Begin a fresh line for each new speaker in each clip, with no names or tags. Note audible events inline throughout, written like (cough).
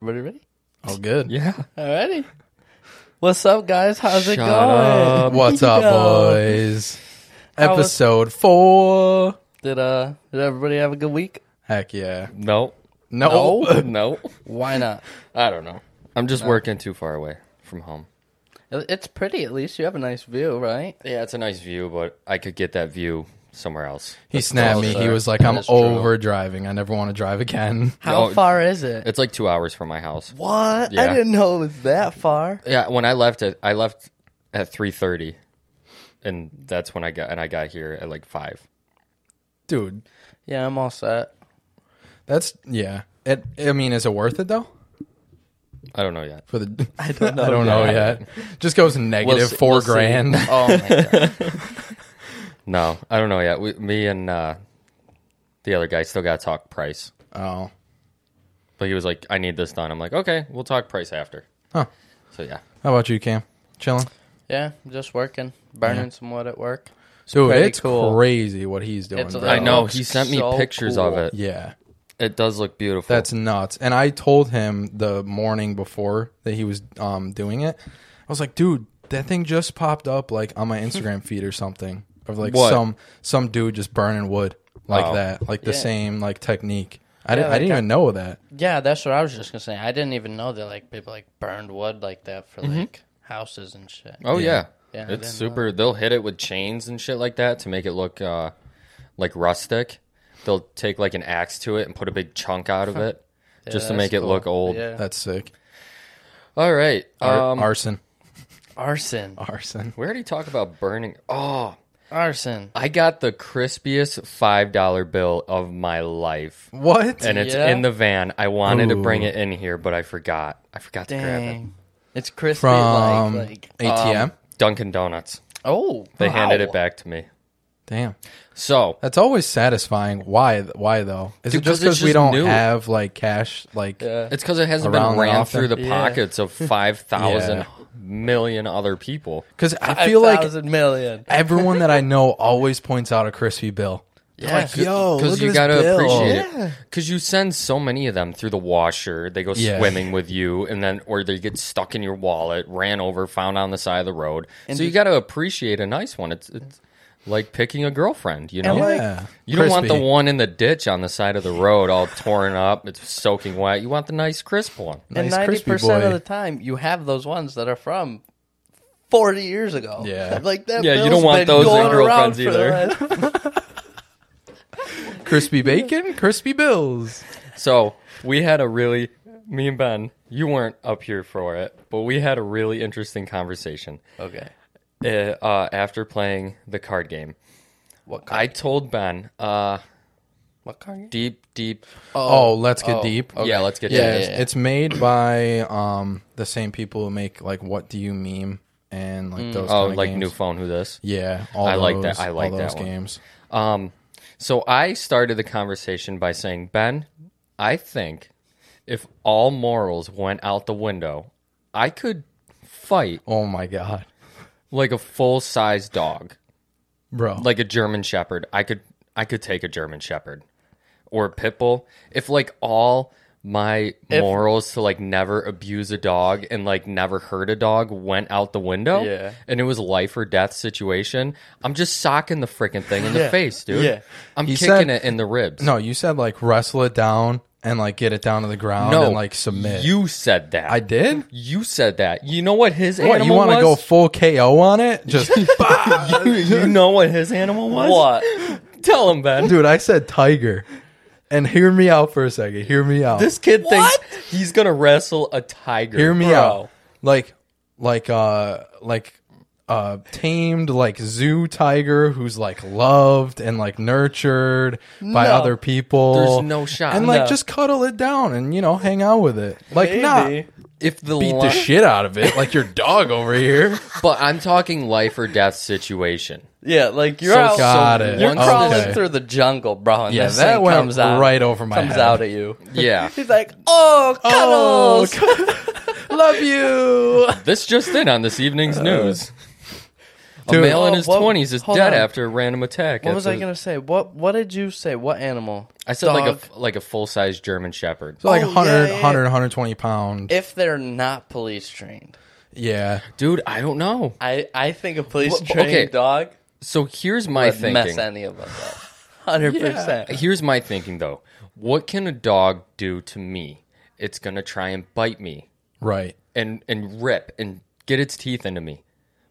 Ready, ready?
Oh, good.
Yeah. Alrighty. What's up, guys? How's it
Shut
going?
up. What's Um, up,
Yo.
boys?
How was-
Episode four.
Did uh did everybody have a good week?
Heck yeah.
(laughs) No.
No.
no.
Why not?
I don't know. I'm just working too far away from home.
It- It's pretty. At least you have a nice view, right?
Yeah, it's a nice view, but I could get that view somewhere else.
He snapped me.
closer.
He was like,
That
I'm
is true.
over driving. I never want to drive again.
How
No.
far is it?
It's like two hours from my house.
What? I
Yeah.
didn't know it was that far.
Yeah, when I left it, I left at three thirty, and that's when I got and I got here at like five.
(laughs) Dude,
Yeah, I'm all set.
that's, yeah. It, I mean, is it worth it though?
I don't know yet.
For the, (laughs) I
don't know
I don't know yet. Just goes negative
see-
four
we'll see.
grand.
Oh my god.
No, I don't know yet. We, me and uh, the other guy still got to talk price,
(laughs) Oh,
but he was like, "I need this done." I'm like, "Okay, we'll talk price after."
Huh.
So yeah,
how about you, Cam? Chilling.
yeah, just working, burning some wood at work.
Dude,
pretty
it's
cool.
crazy what he's doing.
It's-
bro.
That
I know.
looks
He sent me
so
pictures of
cool.
it.
Yeah.
It does look beautiful.
That's nuts. And I told him the morning before that he was um, doing it. I was like, dude, that thing just popped up like on my Instagram feed or something of like
What?
some some dude just burning wood like
Oh.
that, like the
Yeah.
same like technique. I didn't, I
like
didn't
I-
even know that.
Yeah, that's what I was just gonna say. I didn't even know that like people like burned wood like that for like houses and shit.
Oh yeah,
Yeah, uh, I
it's
didn't know.
super. They'll hit it with chains and shit like that to make it look uh, like rustic. They'll take like an axe to it and put a big chunk out of it
Yeah,
just to
that's
make it
cool.
look old.
Yeah.
That's sick.
All right,
Ar-
um,
arson.
Arson.
Arson.
we already talked about burning. Oh,
Arson.
I got the crispiest five dollar bill of my life,
What?
and it's
Yeah?
in the van. I wanted to bring
Ooh.
it in here, but I forgot. I forgot to grab it.
Dang. It's crispy
From
like, like um, uh,
ATM?
Dunkin' Donuts.
Oh,
They
wow.
handed it back to me.
Damn.
So
That's always satisfying. Why Why though? Is
Dude,
it just
'cause it's
because we
just
don't
new.
have like cash? Like,
It's because it hasn't
Around
been
and
ran
off
through the
Yeah.
pockets of five
(laughs)
thousand
Yeah.
million other people.
because I feel like
5,000 million.
everyone that I (laughs) know always points out a crispy bill.
Yeah.
Like, yo,
Because
look
you
at this
gotta
bill.
appreciate it. Because you send so many of them through the washer. They go
Yeah.
swimming with you, and then or they get stuck in your wallet, ran over, found on the side of the road. so you gotta appreciate a nice one. It's, it's like picking a girlfriend. You know,
like,
Yeah.
you don't want the
Crispy.
one in the ditch on the side of the road, all torn up. It's soaking wet. You want the nice crisp one.
and
Nice
ninety
crispy
percent of
boy.
the time, you have those ones that are from forty years ago.
Yeah.
(laughs) like that.
Yeah,
bill's
you don't want
been
those in
going around
girlfriends
for the
either. (laughs)
last-
crispy bacon, (laughs) crispy bills.
So we had a really me and Ben, you weren't up here for it, but we had a really interesting conversation
okay,
uh, uh, after playing the card game.
what card?
I told Ben, uh,
what card? game?
deep, deep.
Oh, let's get deep.
Yeah, let's get
Yeah,
yeah,
it's- it's made by um the same people who make like what do you meme and like those.
Oh,
kinda
like
games.
new phone. Who this?
Yeah, all
I
those,
like that- I like
all
that
those
one.
games.
Um, so I started the conversation by saying, Ben, I think if all morals went out the window, I could fight
Oh my god,
like a full size dog.
bro!
like a German Shepherd. I could I could take a German Shepherd or a pit bull if like all my morals to like never abuse a dog and like never hurt a dog went out the window
Yeah.
and it was life or death situation i'm just socking the freaking thing in
Yeah.
the face dude
Yeah.
i'm
He
kicking
said-
it in the ribs
no, you said like wrestle it down and like get it down to the ground
no
and like submit.
you said that
I did.
you said that you know what his
What you
animal
want to
(laughs)
go
was
full KO on it?
(laughs)
Just
you know what his animal was
What?
tell him ben
dude, I said tiger. And hear me out for a second. Hear me out.
this kid
What?
thinks he's gonna wrestle a tiger
Hear me
bro.
out. Like like uh like uh tamed like zoo tiger who's like loved and like nurtured by
No.
other people.
There's no shot.
And like
No.
just cuddle it down and you know hang out with it. Like not
Maybe.
if the,
beat
li-
the shit out of it like your dog
(laughs)
over here.
but I'm talking life or death situation.
Yeah, like you're
So-
out.
Got
so
it.
You're
once
crawling
Okay.
through the jungle, bro. And
Yeah,
this
that
thing
went
comes out,
right over my
comes
head.
out at you. (laughs)
Yeah.
He's like, oh,
Oh,
cuddles.
(laughs) Love you.
(laughs)
Uh,
this just in on this evening's news. a male in
Oh,
his
whoa,
twenties is
hold
dead
on.
after a random attack.
What was I
after-
gonna say? What What did you say? What animal?
I said like a
Dog.
f- like a full size German Shepherd.
So like
Oh,
100,
yeah, yeah, yeah.
100, 120 pound.
if they're not police trained.
yeah.
Dude, I don't know.
I I think a police
Well,
trained
okay.
dog
So here's my
would
thinking.
mess any of us up. (laughs) Hundred percent.
Here's my thinking though. What can a dog do to me? It's gonna try and bite me
Right.
and and rip and get its teeth into me.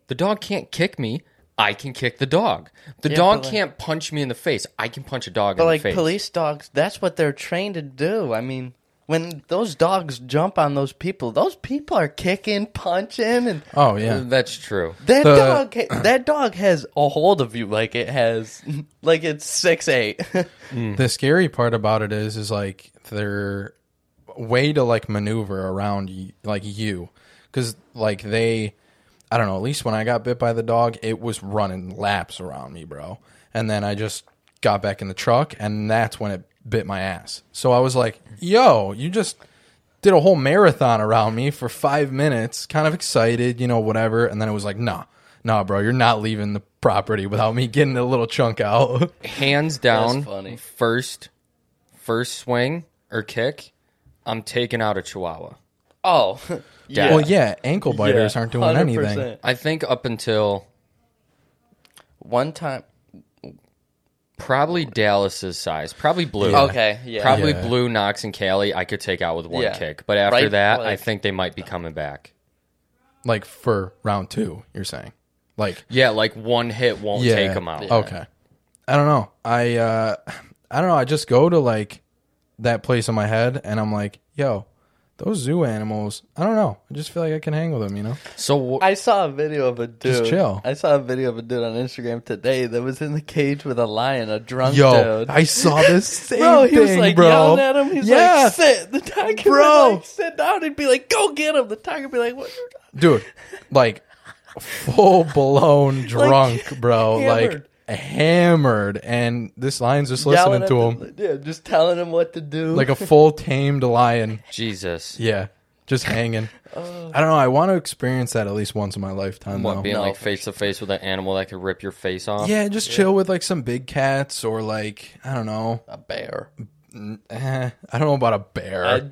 The dog can't kick me. I can kick the dog. The dog
but like-
can't punch me in the face. I can punch a dog
But
in
like
the face.
police dogs, that's what they're trained to do. I mean, when those dogs jump on those people, those people are kicking, punching, and
Oh yeah.
That's true.
that
The-
dog (clears throat) dog that dog has a hold of you like it has (laughs) like it's six eight. (laughs)
The scary part about it is, is like their way to like maneuver around y- like you, because like they, I don't know. At least when I got bit by the dog, it was running laps around me, bro. And then I just got back in the truck, and that's when it bit my ass. So I was like, "Yo, you just." Did a whole marathon around me for five minutes, kind of excited, you know, whatever. And then it was like, nah, nah, bro, you're not leaving the property without me getting a little chunk out. (laughs)
hands down
funny.
first first swing or kick i'm taking out a chihuahwa
oh, yeah.
Well, yeah, ankle biters aren't doing
100%.
anything.
i think up until
One time,
probably dallas's size probably blue
Yeah.
okay, yeah,
probably
Yeah.
blue knox and callie i could take out with one
Yeah.
kick but after
Right,
that i
like-
think they might be coming back
Like for round two, you're saying, like
yeah like one hit won't
yeah,
take them out
Okay, I don't know. I uh, I don't know. I just go to like that place in my head, and I'm like, yo, those zoo animals. I don't know. I just feel like I can hang with them. You know?
so wh-
I saw a video of a dude.
Just chill.
I saw a video of a dude on Instagram today that was in the cage with a lion, a drunk
Yo,
dude.
I saw (laughs) this same
Bro, he
thing,
was like
bro.
yelling at him. He's
yeah,
like, "Sit." The tiger
Bro.
would like sit down and be like, "Go get him." The tiger would be like, "What?" you
dude, like full
(laughs)
blown drunk, bro,
hammered.
like hammered, and this lion's just
yelling
listening
at
to him
the- yeah, just telling him what to do.
like a full tamed lion.
jesus
Yeah, just hanging. I don't know. I want to experience that at least once in my lifetime.
what
though.
being
No,
like
for
face to face with an animal that could rip your face off
Yeah, just chill with like some big cats or like I don't know.
a bear.
Eh, I don't know about a bear.
I'd-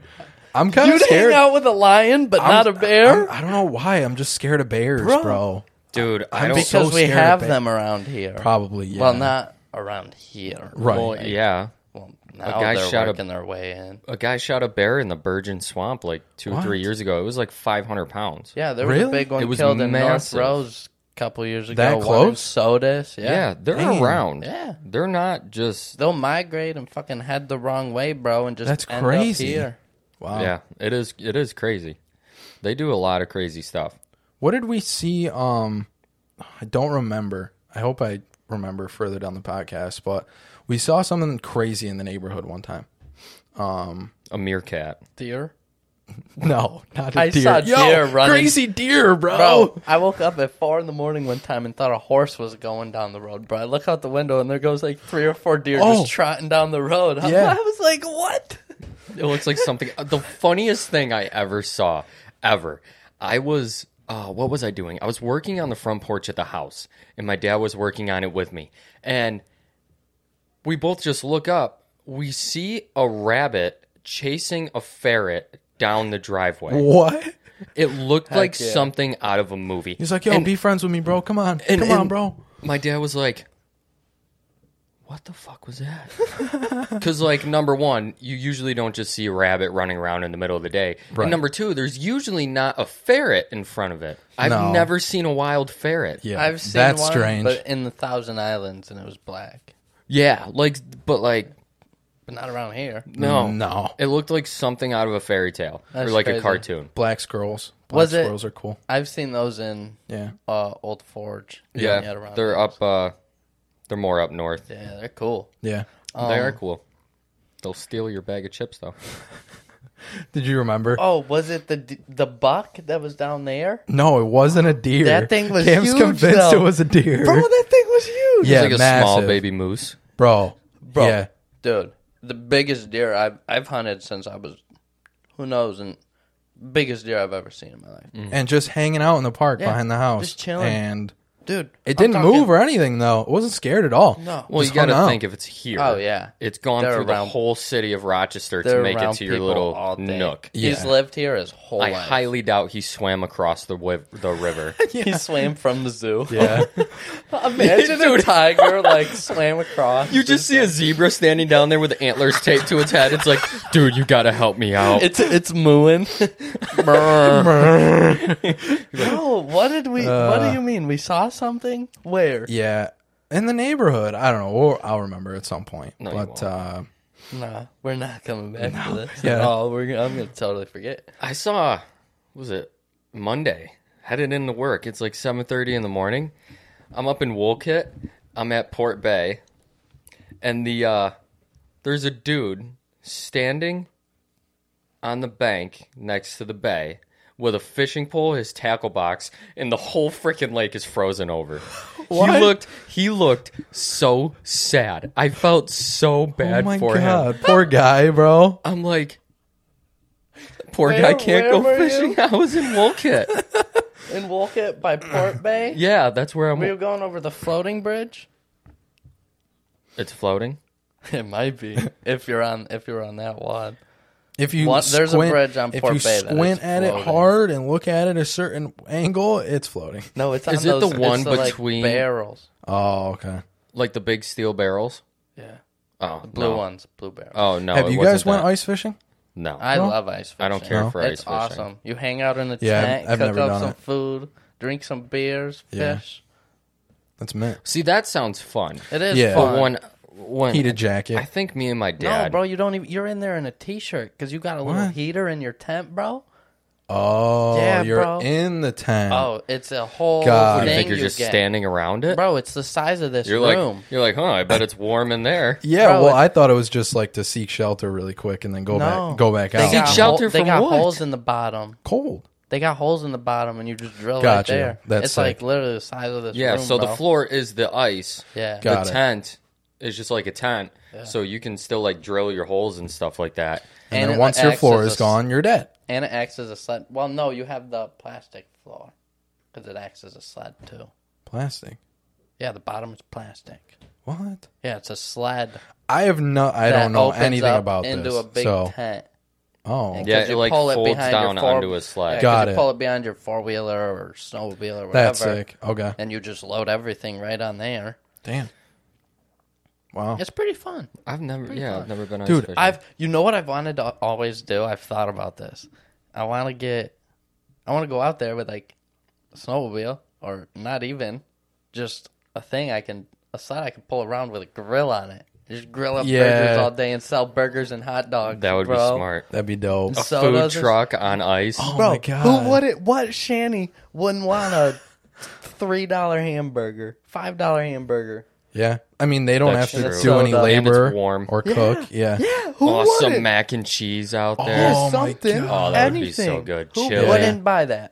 I, am kind of
You'd
scared.
hang out with a lion, but
I'm-
not a bear,
I'm- I don't know why. I'm just scared of bears, bro.
Bro.
dude i
I'm
don't
big-
because
so
we
scared of
have
bear-
them around here.
Probably. Yeah.
Well, not around here.
right.
well, yeah
Well, now
guy
they're
shot a-
working their way in.
a guy shot a bear in the Virgin Swamp like two or three
What?
years ago. It was like 500 pounds.
Yeah, there was
Really?
a big one
It was
killed in North
massive.
Rose a couple years ago.
That
One in
close?
Sodus. Yeah.
Yeah, they're
Dang.
around.
Yeah.
They're not just.
They'll migrate and fucking head the wrong way, bro, and just
That's
end Up
crazy.
here.
Wow.
Yeah, it is. It is crazy. They do a lot of crazy stuff.
What did we see? Um, I don't remember. I hope I remember further down the podcast, but we saw something crazy in the neighborhood one time.
A meerkat.
(laughs)
Deer.
No, not a
I
deer.
saw
Yo,
deer running.
Crazy deer, Oh.
Bro, I woke up at four in the morning one time and thought a horse was going down the road, bro. I look out the window and there goes like three or four deer
Oh.
just trotting down the road. (laughs) I,
Yeah.
I was like, what?
It looks like something. uh, the funniest thing I ever saw, ever. I was. Uh, what was I doing? I was working on the front porch at the house, and my dad was working on it with me. And we both just look up. We see a rabbit chasing a ferret down the driveway.
What?
It looked like
yeah.
something out of a movie.
He's like, yo, be friends with me, bro. Come on.
and-
Come on,
and-
bro.
my dad was like, "What the fuck was that?" (laughs) Because like number one, you usually don't just see a rabbit running around in the middle of the day.
Right.
And number two, there's usually not a ferret in front of it. I've
No.
never seen a wild ferret.
Yeah.
I've seen
That's
one,
strange.
but in the Thousand Islands and it was black.
Yeah, like but like
But not around here.
no,
No.
It looked like something out of a fairy tale or
That's
like a
crazy.
cartoon.
Black squirrels. Black
Was it-
squirrels are cool.
I've seen those in
Yeah.
uh, Old Forge.
Yeah,
out around
they're
here.
up. uh They're more up north.
Yeah, they're cool.
Yeah.
they
Oh.
are cool. They'll steal your bag of chips though.
(laughs) Did you remember?
Oh, was it the d- the buck that was down there?
No, it wasn't a deer.
That thing was
Cam's
huge,
convinced
though.
it was a deer.
Bro, that thing was huge.
(laughs) yeah,
it's like a small
massive.
baby moose.
Bro.
Bro,
Yeah.
dude, the biggest deer I've I've hunted since I was who knows and biggest deer I've ever seen in my life.
Mm.
And just hanging out in the park behind the house.
Mm. just chilling.
And
dude.
It didn't
I'm talking-
move or anything though. It wasn't scared at all.
No.
Well,
Just
you got
hung
to
out.
think if it's here.
Oh, yeah.
it's gone
They're
through
around-
the whole city of Rochester
They're
to make it
around
to your
people all
little
day.
nook.
He's
Yeah.
lived here his whole
I
life.
highly doubt he swam across the wi- the river.
(laughs) He swam from the zoo.
Yeah.
(laughs)
(laughs)
Imagine a
(laughs)
tiger like swam across.
(laughs) you just see a zebra standing down there with antlers taped to its head. It's like, dude, you got to help me out.
It's it's
(laughs)
mooing. no, what did we?
Uh.
what do you mean? We saw something? Where?
yeah. In the neighborhood. I don't know. We'll, I'll remember at some point.
No, you
but
won't.
uh
Nah, we're not coming back to this
(laughs)
at
Yeah.
all. We're gonna, I'm gonna totally forget.
I saw, was it Monday? Headed into work. It's like seven thirty in the morning. I'm up in Woolkit. I'm at Port Bay, and the uh, there's a dude standing on the bank next to the bay with a fishing pole, his tackle box, and the whole freaking lake is frozen over. He looked he looked so sad. I felt so
Oh
bad
my
for him.
god. Poor guy, bro.
I'm like, poor
Where-
guy can't
where
go
were
fishing.
you?
(laughs) I was
(laughs)
in Wolcott.
And walk it by (laughs) Port Bay.
yeah, that's where I'm.
We were going over the floating bridge.
It's floating.
(laughs) It might be if you're on if you're on that one.
If you
What- there's a
squint-
bridge on
if
Port
you
Bay that is
squint at it
floating.
hard and look at it a certain angle, it's floating.
No, it's on
Is it the
those- it's
one
like,
between-
barrels?
Oh, okay.
Like the big steel barrels.
Yeah,
Oh,
blue
no.
ones, blue barrels.
Oh no!
Have
it
you
wasn't
guys went
that.
ice fishing?
No,
I
No?
love ice fishing.
I don't care for
it's
ice fishing.
awesome. You hang out in a
Yeah,
tent,
I've
cook
never
up
done
some
it.
food, drink some beers,
Yeah.
fish.
That's meant.
see that sounds fun.
It is
Yeah.
fun.
But when when
Heated
I
jacket.
think me and my
no,
dad.
bro, you don't even. You're in there in a t-shirt because you got a little
What?
heater in your tent, bro.
Oh,
Yeah,
you're
bro.
in the tent.
Oh, it's a whole
God.
What do you
thing
think you're
you
just
get.
standing around it?
bro. It's the size of this
you're like
room.
you're like, huh? I bet it's warm
(laughs)
in there.
Yeah,
Bro,
well,
it-
I thought it was just like to seek shelter really quick and then go
No.
back, go back
they
out.
got
Seek shelter
hole- They
from
got
what?
holes in the bottom.
cold.
They got holes in the bottom, and you just drill
Gotcha.
right there.
That's
it's
sick.
like literally the size of this.
Yeah.
room,
so the
bro.
floor is the ice.
Yeah.
Got
the
it.
tent is just like a tent, so you can still like drill your holes and stuff like that.
And, then
it
once your
acts
floor
as
is
a-
gone, you're dead.
and it acts as a sled. Well, no, you have the plastic floor because it acts as a sled too.
Plastic.
Yeah, the bottom is plastic.
What?
Yeah, it's a sled.
I have no. I
that
don't know
opens
anything
up
about
into
this.
a big
so,
tent.
oh,
Yeah,
'Cause
it, like, folds down onto a sled.
yeah, 'cause
Got
you
it.
Pull it behind your four wheeler or snowmobile or whatever.
that's sick. Okay,
And you just load everything right on there.
damn. Wow.
It's pretty fun.
I've never, yeah, I've never been ice
Dude,
fishing.
I've you know what I've wanted to always do. I've thought about this. I want to get. I want to go out there with like a snowmobile or not even just a thing I can a sled I can pull around with a grill on it. Just grill up burgers
Yeah.
all day and sell burgers and hot dogs.
That would
bro.
be smart.
That'd be dope.
A
So
food
does it-
truck on ice.
Oh
Bro,
my god.
who would it? What shanty wouldn't want a three dollar hamburger, five dollar hamburger?
Yeah, I mean they don't
That's
have to
true.
do
So
any
dumb.
And it's
labor
warm.
or cook. Yeah.
Yeah, who
awesome
wouldn't?
mac and cheese out
Yeah,
there.
Oh my
something.
God.
Oh, that would be so
anything.
good.
Who
Chili.
wouldn't buy that?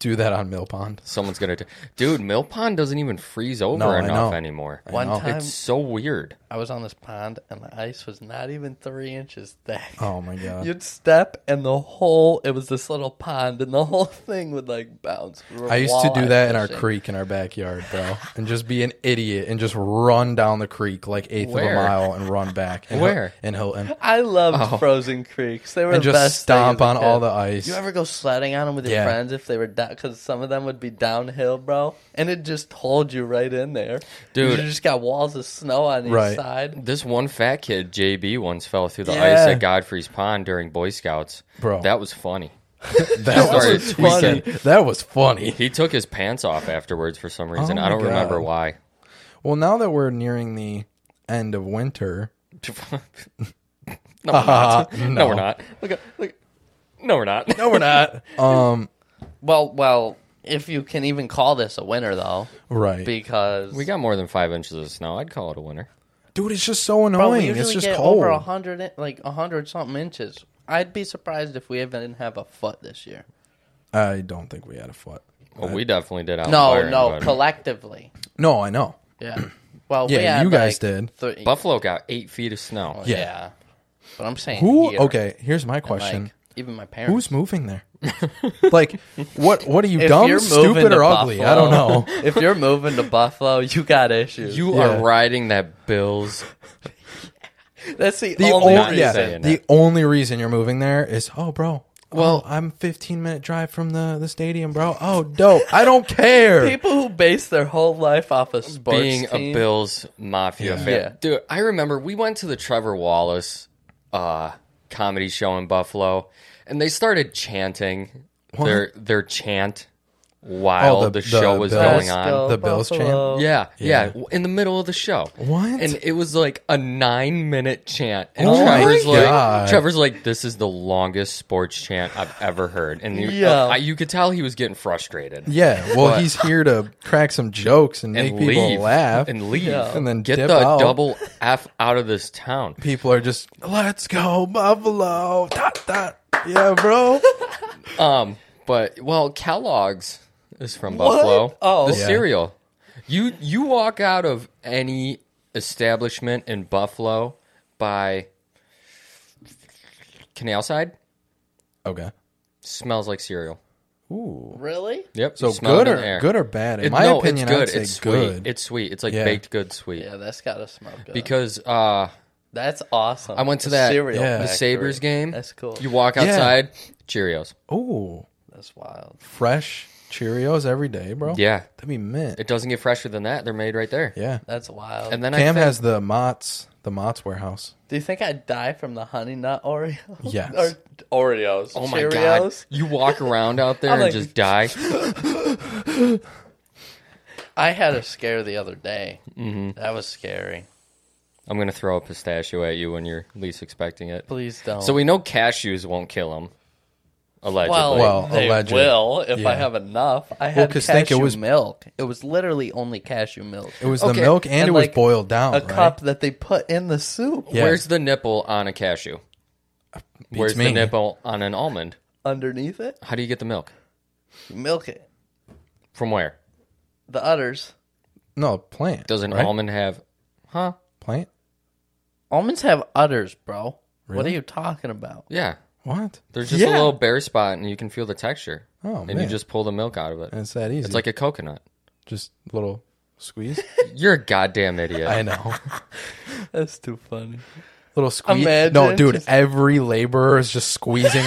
do that on Mill Pond.
Someone's gonna, t- dude. Mill Pond doesn't even freeze over
No, I
enough
know.
anymore.
One
know.
time,
It's so weird.
I was on this pond and the ice was not even three inches thick.
Oh
(laughs)
my god.
You'd step and the whole it was this little pond and the whole (laughs) thing would like bounce. We were
I used to
walleye
do that in our
fishing.
creek in our backyard, bro, and just be an idiot and just run down the creek like eighth
Where?
of a mile and run back. In Hil-
Where?
in
(laughs)
Hilton,
I loved frozen creeks. They were
Oh. and
the best
just
thing
stomp
as a
on
kid.
all the ice.
You ever go sledding on them with your
Yeah.
friends if they were down? Because some of them would be downhill, bro, and it just holds you right in there,
Dude.
You just got walls of snow on each
Right.
side.
This one fat kid, JB, once fell through the
Yeah.
ice at Godfrey's Pond during Boy Scouts.
Bro.
that was funny.
that
started
was funny. That was funny.
He took his pants off afterwards for some reason.
Oh
I
my
don't remember
God.
why.
Well, now that we're nearing the end
(laughs)
of winter,
No, we're
(laughs)
not.
no.
no. we're not. Look, at- look. No, we're not.
no,
(laughs)
we're not. um,
Well, well, if you can even call this a winter though,
right,
because
We got more than five inches of snow. I'd call it a winter.
dude, it's just so
Bro, we
annoying.
usually
It's just
get
cold.
over hundred, like hundred something inches. I'd be surprised if we even didn't have a foot this year.
I don't think we had a foot.
Well, we definitely did out.
No,
in
no,
Byron, but
collectively,
No, I know.
yeah. Well, we
Yeah,
had,
you guys
like,
did.
three-
Buffalo got eight feet of snow.
yeah. But I'm saying
Who?
here.
Okay, here's my question:
even my parents.
Who's
(laughs)
moving there? like, what? What are you
If
dumb,
you're moving
stupid,
to
or ugly? I don't
Buffalo-
know.
if you're moving to Buffalo, you got issues.
You
Yeah.
are riding that Bills.
That's (laughs) the,
The
only
only,
not
yeah,
saying
the
it.
only reason you're moving there is oh, bro. Well, I'm 15 minute drive from the the stadium, bro. Oh, dope.
(laughs)
I don't care.
people who base their whole life off of sports
being
team,
a Bills
Yeah.
Mafia fan.
Yeah.
Dude, I remember we went to the Trevor Wallace uh, comedy show in Buffalo, and they started chanting their their chant while
Oh, the-
the,
the
show was
Bills.
going
let's
on.
go
The Bills
Buffalo.
Yeah, yeah, in the middle of the show.
What?
And it was like a nine minute chant. And
Oh my
Trevor's like,
God.
Trevor's like, this is the longest sports chant I've ever heard. And you,
Yeah.
I- you could tell he was getting frustrated.
Yeah. Well, he's here to crack some jokes and,
And
make people
leave.
laugh, and,
And leave.
Yeah.
then
Get
dip
the
out.
double F out of this town.
People are just let's go Buffalo. Dot dot. Yeah, bro.
Um, but well, Kellogg's is from Buffalo.
Oh.
the
Yeah.
cereal. You you walk out of any establishment in Buffalo by Canal Side
okay.
smells like cereal.
Ooh.
Really?
Yep.
So
you smell
good
it in the
or
air.
good or bad? In
It-
my
no,
opinion,
it's good.
I'd say
it's
good.
sweet. It's sweet. It's like
Yeah.
baked good sweet.
Yeah, that's gotta smell good.
Because uh,
that's awesome.
I went to
The
that
cereal
yeah.
the
factory.
Sabers game.
That's cool.
You walk
Yeah.
outside, Cheerios.
Ooh,
That's wild.
fresh Cheerios every day, bro.
Yeah,
that'd be mint.
it doesn't get fresher than that. They're made right there.
yeah,
That's wild.
And then
Cam
I think,
has the Mott's, the Mott's warehouse.
Do you think I'd die from the honey nut Oreos? (laughs)
Yes.
Or Oreos.
oh my god,
Cheerios.
you walk
(laughs)
around out there
I'm
and
like-
just die.
I had a scare the other day. Mm-hmm. That was scary.
I'm gonna throw a pistachio at you when you're least expecting it.
Please don't.
So we know cashews won't kill him, allegedly.
well,
Well,
they
alleged.
will if I
Yeah.
have enough. I had
'cause
cashew
think it was-
milk. It was literally only cashew milk.
It was
Okay,
the milk and,
and
it
like
was boiled down.
a
right?
cup that they put in the soup
Yeah.
Where's the nipple on a cashew?
Beats
Where's
me.
the nipple on an almond?
underneath it.
How do you get the milk?
You milk it.
From where?
The udders.
No plant.
Does an
right?
almond have? Huh?
plant?
Almonds have udders, bro. What are you talking about? (laughs)
Yeah.
What?
There's just a
Yeah.
little bare spot, and you can feel the texture.
Oh,
and you
man.
just pull the milk out of it.
It's that easy.
It's like a coconut.
just a little
(laughs)
squeeze.
You're a goddamn idiot.
I know.
That's too funny.
little squeeze.
Imagine
no, dude.
just-
Every laborer is just squeezing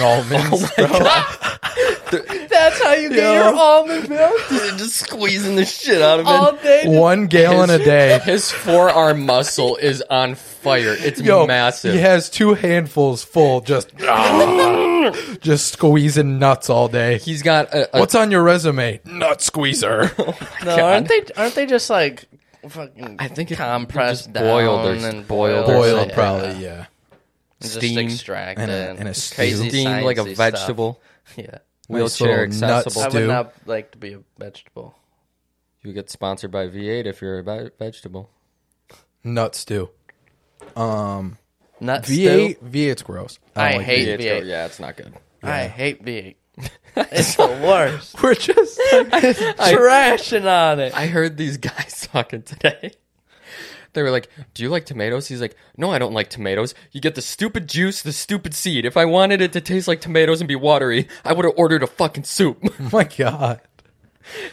(laughs)
almonds.
Oh That's how you get
Yo.
your almond milk (laughs)
just squeezing the shit out of
all day. to-
(laughs) One gallon a day.
His forearm muscle is on fire.
(laughs)
It's
Yo,
massive.
He has two handfuls
(laughs)
full, just
Ah.
just squeezing nuts all day.
He's got
uh,
a, a
What's on your resume? Nut squeezer. (laughs) Oh,
no, aren't they? Aren't they just like fucking?
I think it-
compressed
just
down
boiled or-
and
boiled
boiled,
or
Boiled,
Yeah.
probably. Yeah.
and just
Steamed
extracted
and a- and a
It's
stew.
crazy
steam like a
sciencey stuff.
vegetable.
Yeah,
Wheelchair
little nut
accessible.
I
Stew.
would not like to be a vegetable.
You get sponsored by V8 if you're a ve- vegetable.
Nut stew.
Not
V eight V eight's gross. Oh
I,
don't like
hate
V8.
V eight.
Yeah, it's not good.
I hate V
(laughs)
eight. it's the worst.
We're just
(laughs) Trashing on it.
I heard these (laughs) guys talking today. They were like, "Do you like tomatoes?" He's like, "No, I don't like tomatoes. You get the stupid juice, the stupid seed. If I wanted it to taste like tomatoes and be watery, I would have ordered a fucking soup."
(laughs)
(laughs)
oh my god.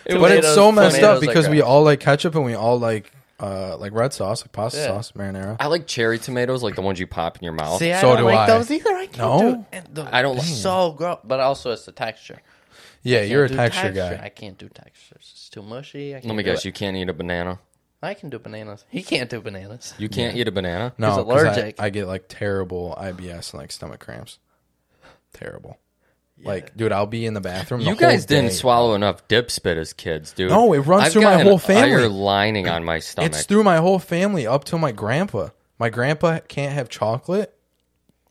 It
But it's so
tomatoes-
messed
tomatoes
up
are
because we
gross.
all like ketchup and we all like uh like red sauce, like pasta
Yeah.
sauce, marinara.
I like cherry tomatoes, like the ones you pop in your mouth.
See, I
So
don't
do
like
I.
those either. I can't
No?
do it. And
I don't
they're
like-
so gross. But also, it's the texture.
yeah,
Can't
you're a
do
texture,
I
guy.
can't do textures. It's too mushy. I can't
Let me
do
guess,
it.
you can't eat a banana.
I can do bananas. He can't do bananas.
You can't eat a banana.
No, 'cause I-
allergic.
I, get like terrible IBS and like stomach cramps. Terrible. Like, dude, I'll be in the bathroom. the
You guys
whole
didn't
day.
swallow enough dip spit as kids, dude.
No, it runs
I've
through my
got an
whole family.
Iron lining on my stomach. (laughs)
It's through my whole family up till my grandpa. My grandpa can't have chocolate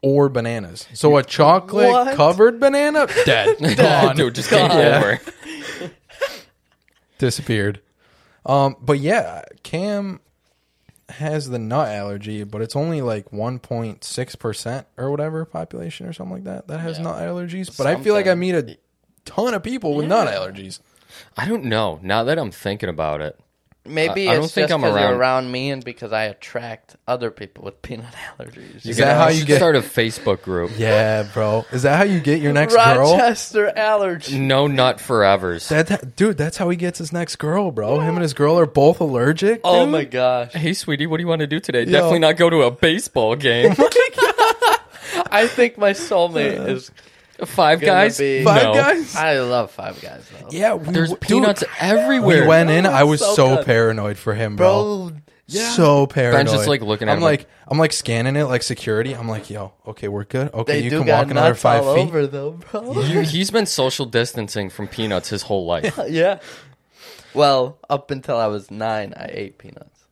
or bananas. So a chocolate
What?
covered banana dead,
(laughs)
gone,
dude, just came
Yeah.
over.
disappeared. Um, but yeah, Cam has the nut allergy, but it's only like 1.6 percent or whatever population or something like that that has nut allergies. But I feel like I meet a ton of people with nut allergies.
I don't know. Now that I'm thinking about it,
(laughs) Maybe
I- I
it's
don't think
just
I'm
because you're
around-
around me and because I attract other people with peanut allergies.
Is
You
that
know,
how
I
you
should
get-
start a Facebook group?
Yeah, bro. Is that how you get your next girl?
Rochester allergy.
No nut forevers.
That, that- dude, that's how he gets his next girl, bro. Him and his girl are both allergic.
Oh
dude.
my gosh.
hey, sweetie, what do you want to do today? Definitely not go to a
(laughs)
baseball game.
I think my soulmate
Uh,
is.
Five
Gonna
guys.
be-
Five
No.
guys.
I love Five Guys though.
yeah, we,
There's
dude,
peanuts everywhere.
We went in. I
it's
was so,
so good.
paranoid for him, bro.
bro. Yeah.
So paranoid.
Ben's just, like, looking at
I'm
him
like, I'm like scanning it like security. I'm like, yo, okay, we're good. Okay,
they
you
do
can
got
walk another
nuts
five
all
feet.
over though, bro.
You- he's been social distancing from peanuts his
(laughs)
whole life.
yeah. Well, up until I was nine, I ate peanuts,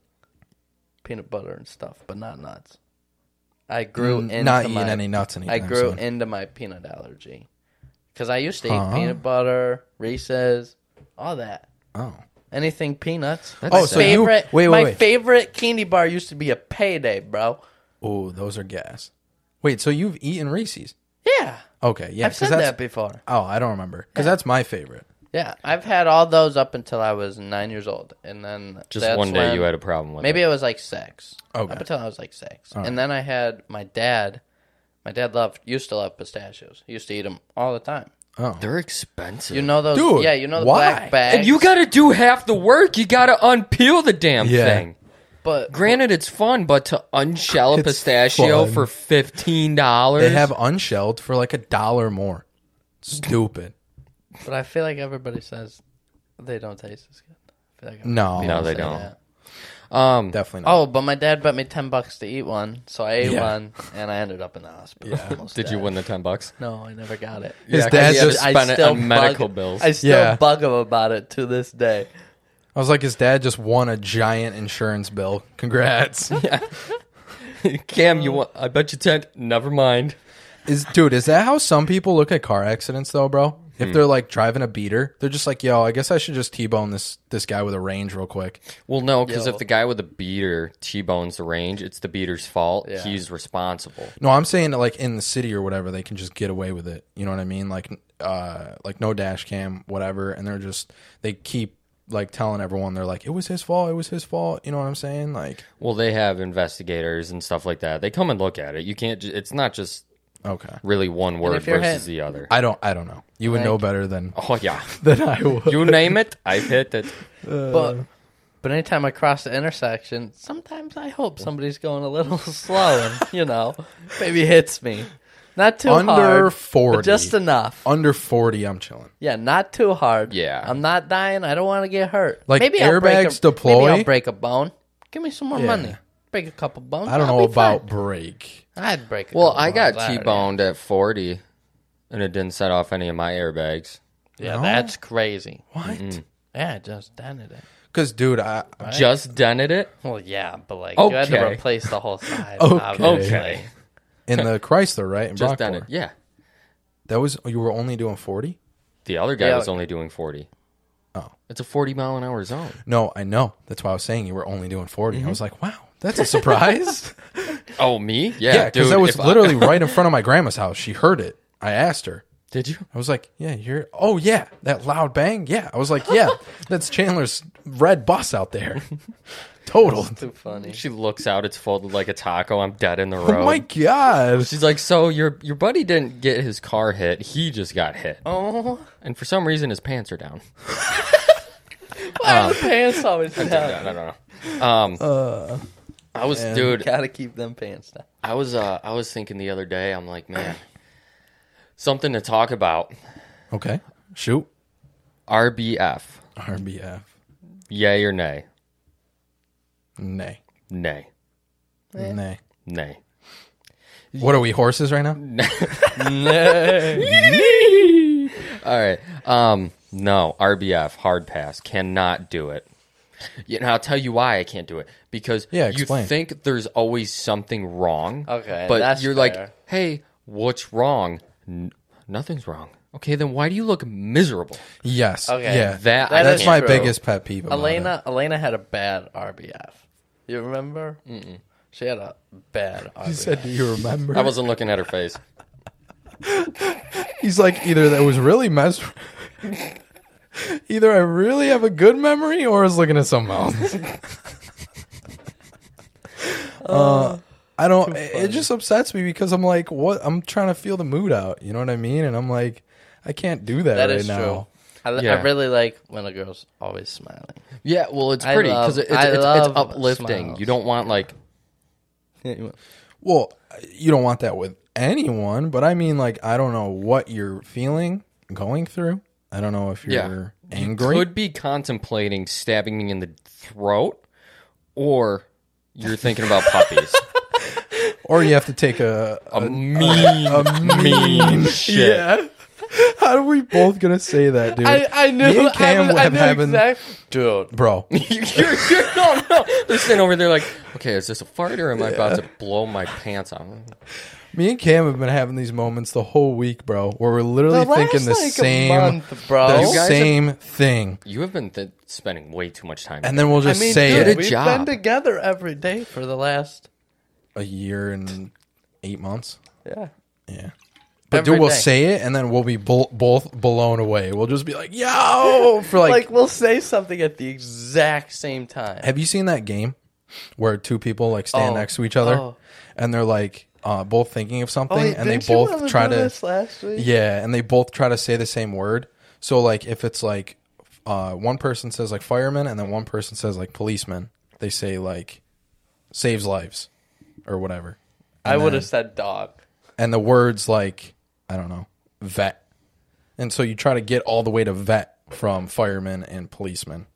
peanut butter and stuff, but not nuts. I grew into
Not eating
my,
any nuts anytime
I grew
soon.
into my peanut allergy because I used to
Huh?
eat peanut butter, Reese's, all that.
oh,
Anything peanuts.
Oh,
my
so you-
favorite,
wait, wait,
my
wait.
favorite candy bar used to be a payday, bro.
oh, those are gas. Wait, so you've eaten Reese's?
Yeah,
Okay, yeah,
I've
because
said
that's
that before.
oh, I don't remember because that's my favorite.
Yeah, I've had all those up until I was nine years old, and then
Just
that's
one day
when-
you had a problem with
Maybe
it.
it was like six.
Okay.
Up until I was like six, and then I had my dad. My dad loved used to love pistachios. He used to eat them all the time.
Oh,
They're expensive.
You know those?
Dude,
yeah, you know the
why?
black bags.
and you got to do half the work. You got to unpeel the damn
Yeah.
thing.
but
Granted, it's fun, but to unshell a
It's
pistachio
fun.
for fifteen dollars,
they have unshelled for like a dollar more. Stupid.
but I feel like everybody says they don't taste as good. I feel like I'm-
No,
No, they
say
don't.
that.
um,
definitely not.
Oh, but my dad bet me ten bucks to eat one, so I ate
Yeah.
one, and I ended up in the hospital. Almost
did you
dead.
win the ten bucks?
No, I never got it.
His
Yeah, 'cause
dad
you had to
just
I
spent it
still
on medical
bug,
bills.
I still
Yeah.
bug him about it to this day.
I was like, his dad just won a giant insurance bill. Congrats.
(laughs) Cam,
Uh,
you want? I bet you ten. Never mind.
Is dude, is that how some people look at car accidents though, bro? If they're like driving a beater, they're just like, "Yo, I guess I should just T-bone this this guy with a range real quick."
Well, no, because
Yo.
if the guy with the beater T-bones the range, it's the beater's fault.
Yeah.
He's responsible.
No, I'm saying like in the city or whatever, they can just get away with it. You know what I mean? Like uh like no dash cam, whatever, and they're just they keep like telling everyone they're like, "It was his fault. It was his fault." You know what I'm saying? Like,
Well, they have investigators and stuff like that. They come and look at it. You can't. ju- It's not just
okay.
really one word
if you're
versus
hit-
the other.
I don't I don't know. You would know better than
(laughs) oh yeah,
than I would.
you name it, I hit it.
But
Um,
but anytime I cross the intersection, sometimes I hope somebody's going a little (laughs) slow and you know maybe hits me, not too
Under
hard,
40.
but just enough.
Under 40, I'm chilling.
Yeah, not too hard.
Yeah.
I'm not dying. I don't want to get hurt.
Like,
maybe I'll break
airbags
a,
deploy?
Maybe I'll break a bone. Give me some more
Yeah.
money. Break a couple bones.
I don't
I'll
know
be fine.
about break.
I'd break. A
Well,
couple
I
bones.
got
already-
T-boned at forty, and it didn't set off any of my airbags.
Yeah, that's crazy.
What?
Yeah, I just dented it.
Because, dude, I,
Just dented it.
Well, yeah, but like you had to
Okay.
replace the whole side.
(laughs) Okay.
obviously.
Okay.
in the Chrysler, right? In
Just
Brockport.
dented. Yeah.
That was you were only doing forty.
The other guy
Yeah.
was only doing forty.
Oh.
It's a forty mile an hour zone.
No, I know. That's why I was saying you were only doing 40
Mm-hmm.
I was like, wow, that's a surprise.
Oh, me? (laughs) Yeah,
yeah, because
dude.
that was
if I-
literally right in front of my grandma's house. She heard it. I asked her.
Did you?
I was like, yeah, you hear? Oh yeah, that loud bang. Yeah, I was like,
(laughs)
yeah, that's Chandler's red bus out there. Total.
Too funny.
She looks out. It's folded like a taco. I'm dead in the road.
Oh my god.
She's like, so your your buddy didn't get his car hit. He just got hit,
Oh,
and for some reason his pants are down.
why
Ah.
are the pants always (laughs)
I
down?
don't know. (laughs) Um, I was,
(laughs)
dude.
Gotta keep them pants down.
I was uh I was thinking the other day, I'm like, man, something to talk about.
Okay. Shoot.
RBF.
RBF.
Yay or nay?
Nay.
Nay.
Nay.
Nay.
What are we horses right now?
All right. Um no, RBF, hard pass. Cannot do it. You know, I'll tell you why I can't do it. Because
Yeah,
you
explain.
think there's always something wrong.
Okay,
But
that's
you're
fair.
like, hey, what's wrong? N- nothing's wrong. Okay, then why do you look miserable?
Yes.
Okay.
Yeah.
That, I
That
that's
is
can't.
my
true.
biggest pet peeve. about it.
Elena, Elena had a bad RBF. You remember? Mm-mm. She had a bad RBF.
He said, "Do you remember?"
I wasn't looking at her face.
He's like, either that was really mess. (laughs) Either I really have a good memory or I was looking at something else.
(laughs)
uh, I don't. It it just upsets me because I'm like, what? I'm trying to feel the mood out. You know what I mean? And I'm like, I can't do that,
That
right
is
now.
true. I, li- I
Yeah.
really like when a girl's always
(laughs)
smiling.
Yeah, well, it's
I
pretty because
love-
it's,
I
it's, it's
love
uplifting.
smiles.
You don't want like
Well, you don't want that with anyone, but I mean, like, I don't know what you're feeling, going through. I don't know if
Yeah.
you're angry.
could be contemplating stabbing me in the throat, or you're thinking about puppies.
or you have to take a,
A mean, mean shit.
(laughs) Yeah. How are we both gonna say that, dude?
I, I knew.
Me and Cam
I, was- I
have
knew
having-
exact- dude.
bro.
you're, you're, no, no. They're sitting over there like, okay, is this a fart or am I about to blow my pants off?
Me and Cam have been having these moments the whole week, bro, where we're literally
The last,
thinking the
like,
same,
month, Oh. bro.
the
You
guys have-
same thing,
You have been th- spending way too much time.
and then we'll
I
just
mean,
say
dude,
it
Good
we've
job.
been together every day for the last.
a year and eight months.
Yeah.
Yeah. But
Every
dude, we'll
day.
say it, and then we'll be bol- both blown away. We'll just be like, "Yo!" For like,
Like we'll say something at the exact same time.
have you seen that game where two people like stand
Oh.
next to each other,
Oh.
and they're like uh, both thinking of something,
Oh, wait,
and they
didn't you
both
wanna
try
do
to
this last week?
Yeah, and they both try to say the same word. So like if it's like uh, one person says like fireman and then one person says like policeman, they say like saves lives or whatever.
I would have said dog.
And the words like I don't know, vet. And so you try to get all the way to vet from fireman and policeman.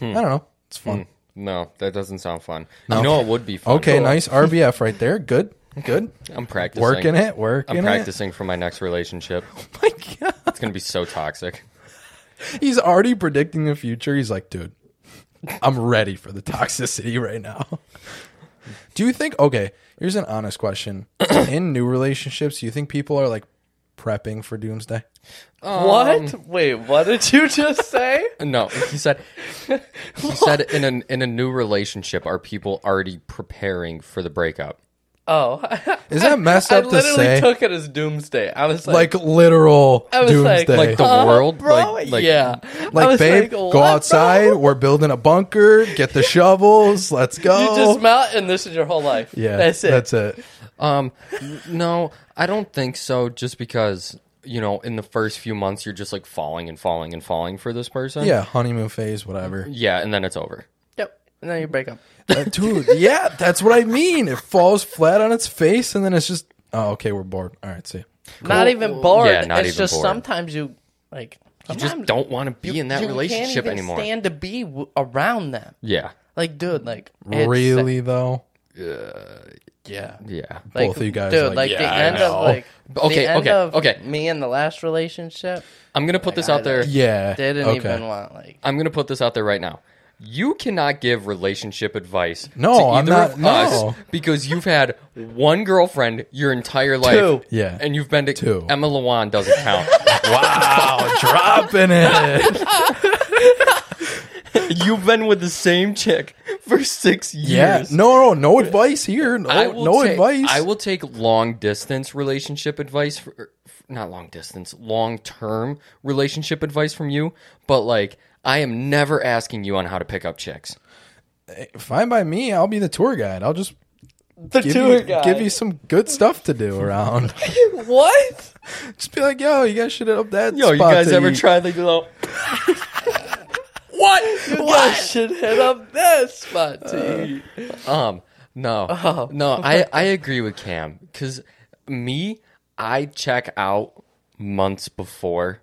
I don't know. It's fun.
no, that doesn't sound fun. You know it would be fun.
Okay, nice RBF right there. Good. Good.
I'm practicing.
Working it, working
I'm
it. (laughs)
practicing for my next relationship.
My God.
It's gonna be so toxic.
He's already predicting the future. He's like, dude, I'm ready for the toxicity right now. Do you think, okay, here's an
(clears throat)
honest question. In new relationships, do you think people are like prepping for doomsday?
what? Wait, what did you just say?
No,
(laughs)
he said. He said in a in a new relationship, are people already preparing for the breakup?
(laughs) Oh,
Is that messed
I
up to
literally
say?
took it as doomsday. I was like,
like, literal
I was like,
doomsday. Like,
Like the
"Huh,
world?
bro?
Like- like-
yeah. I was
babe,
like,
go
"What,
outside. We're building a bunker. Get
(laughs)
the shovels. Let's
bro?
go.
You just mount, and this is your whole life.
yeah,
that's it.
That's it.
Um, n- no, I don't think so. Just because you know, in the first few months, you're just like falling and falling and falling for this person.
Yeah, honeymoon phase, whatever.
yeah, and then it's over.
Yep. And then you break up.
Uh, dude, yeah, that's what I mean. It falls flat on its face, and then it's just, oh, okay, we're bored. All right, see.
Not even bored.
Yeah, not
it's
even
just
bored.
sometimes you like
You just don't want to be in that relationship
can't even
anymore.
Stand to be w- around them.
yeah,
Like, dude, like it's-
really though?
yeah.
yeah.
Like,
Both of you guys are
dude.
like,
Like
"Yeah,
the
I
end
know."
of like the
Okay,
end
okay,
of
okay.
Me and the last relationship
I'm gonna put this out there.
Yeah.
didn't
okay.
even want like.
I'm gonna put this out there right now. You cannot give relationship advice.
No,
to
I'm
either
not-
of
no.
us because you've had one girlfriend your entire life.
Two.
Yeah.
and you've been to
Two.
Emma Lawan doesn't
(laughs)
count.
Wow, Oh, (laughs) dropping
(laughs)
it.
you've been with the same chick for six years.
Yeah. No, no, no advice here. No,
I will
no
take,
advice.
I will take long distance relationship advice for, f- not long distance, long term relationship advice from you. But like, I am never asking you on how to pick up chicks.
Fine by me. I'll be the tour guide. I'll just
The
give you, give you some good stuff to
(laughs)
do around.
what?
(laughs) just be like, yo, you guys should hit up that.
Yo, you
spot
guys
to
ever
eat.
tried like little? what?
I should hit up that spot to eat.
Um,
(laughs)
no,
Oh.
no, I I agree with Cam because me, I check out months before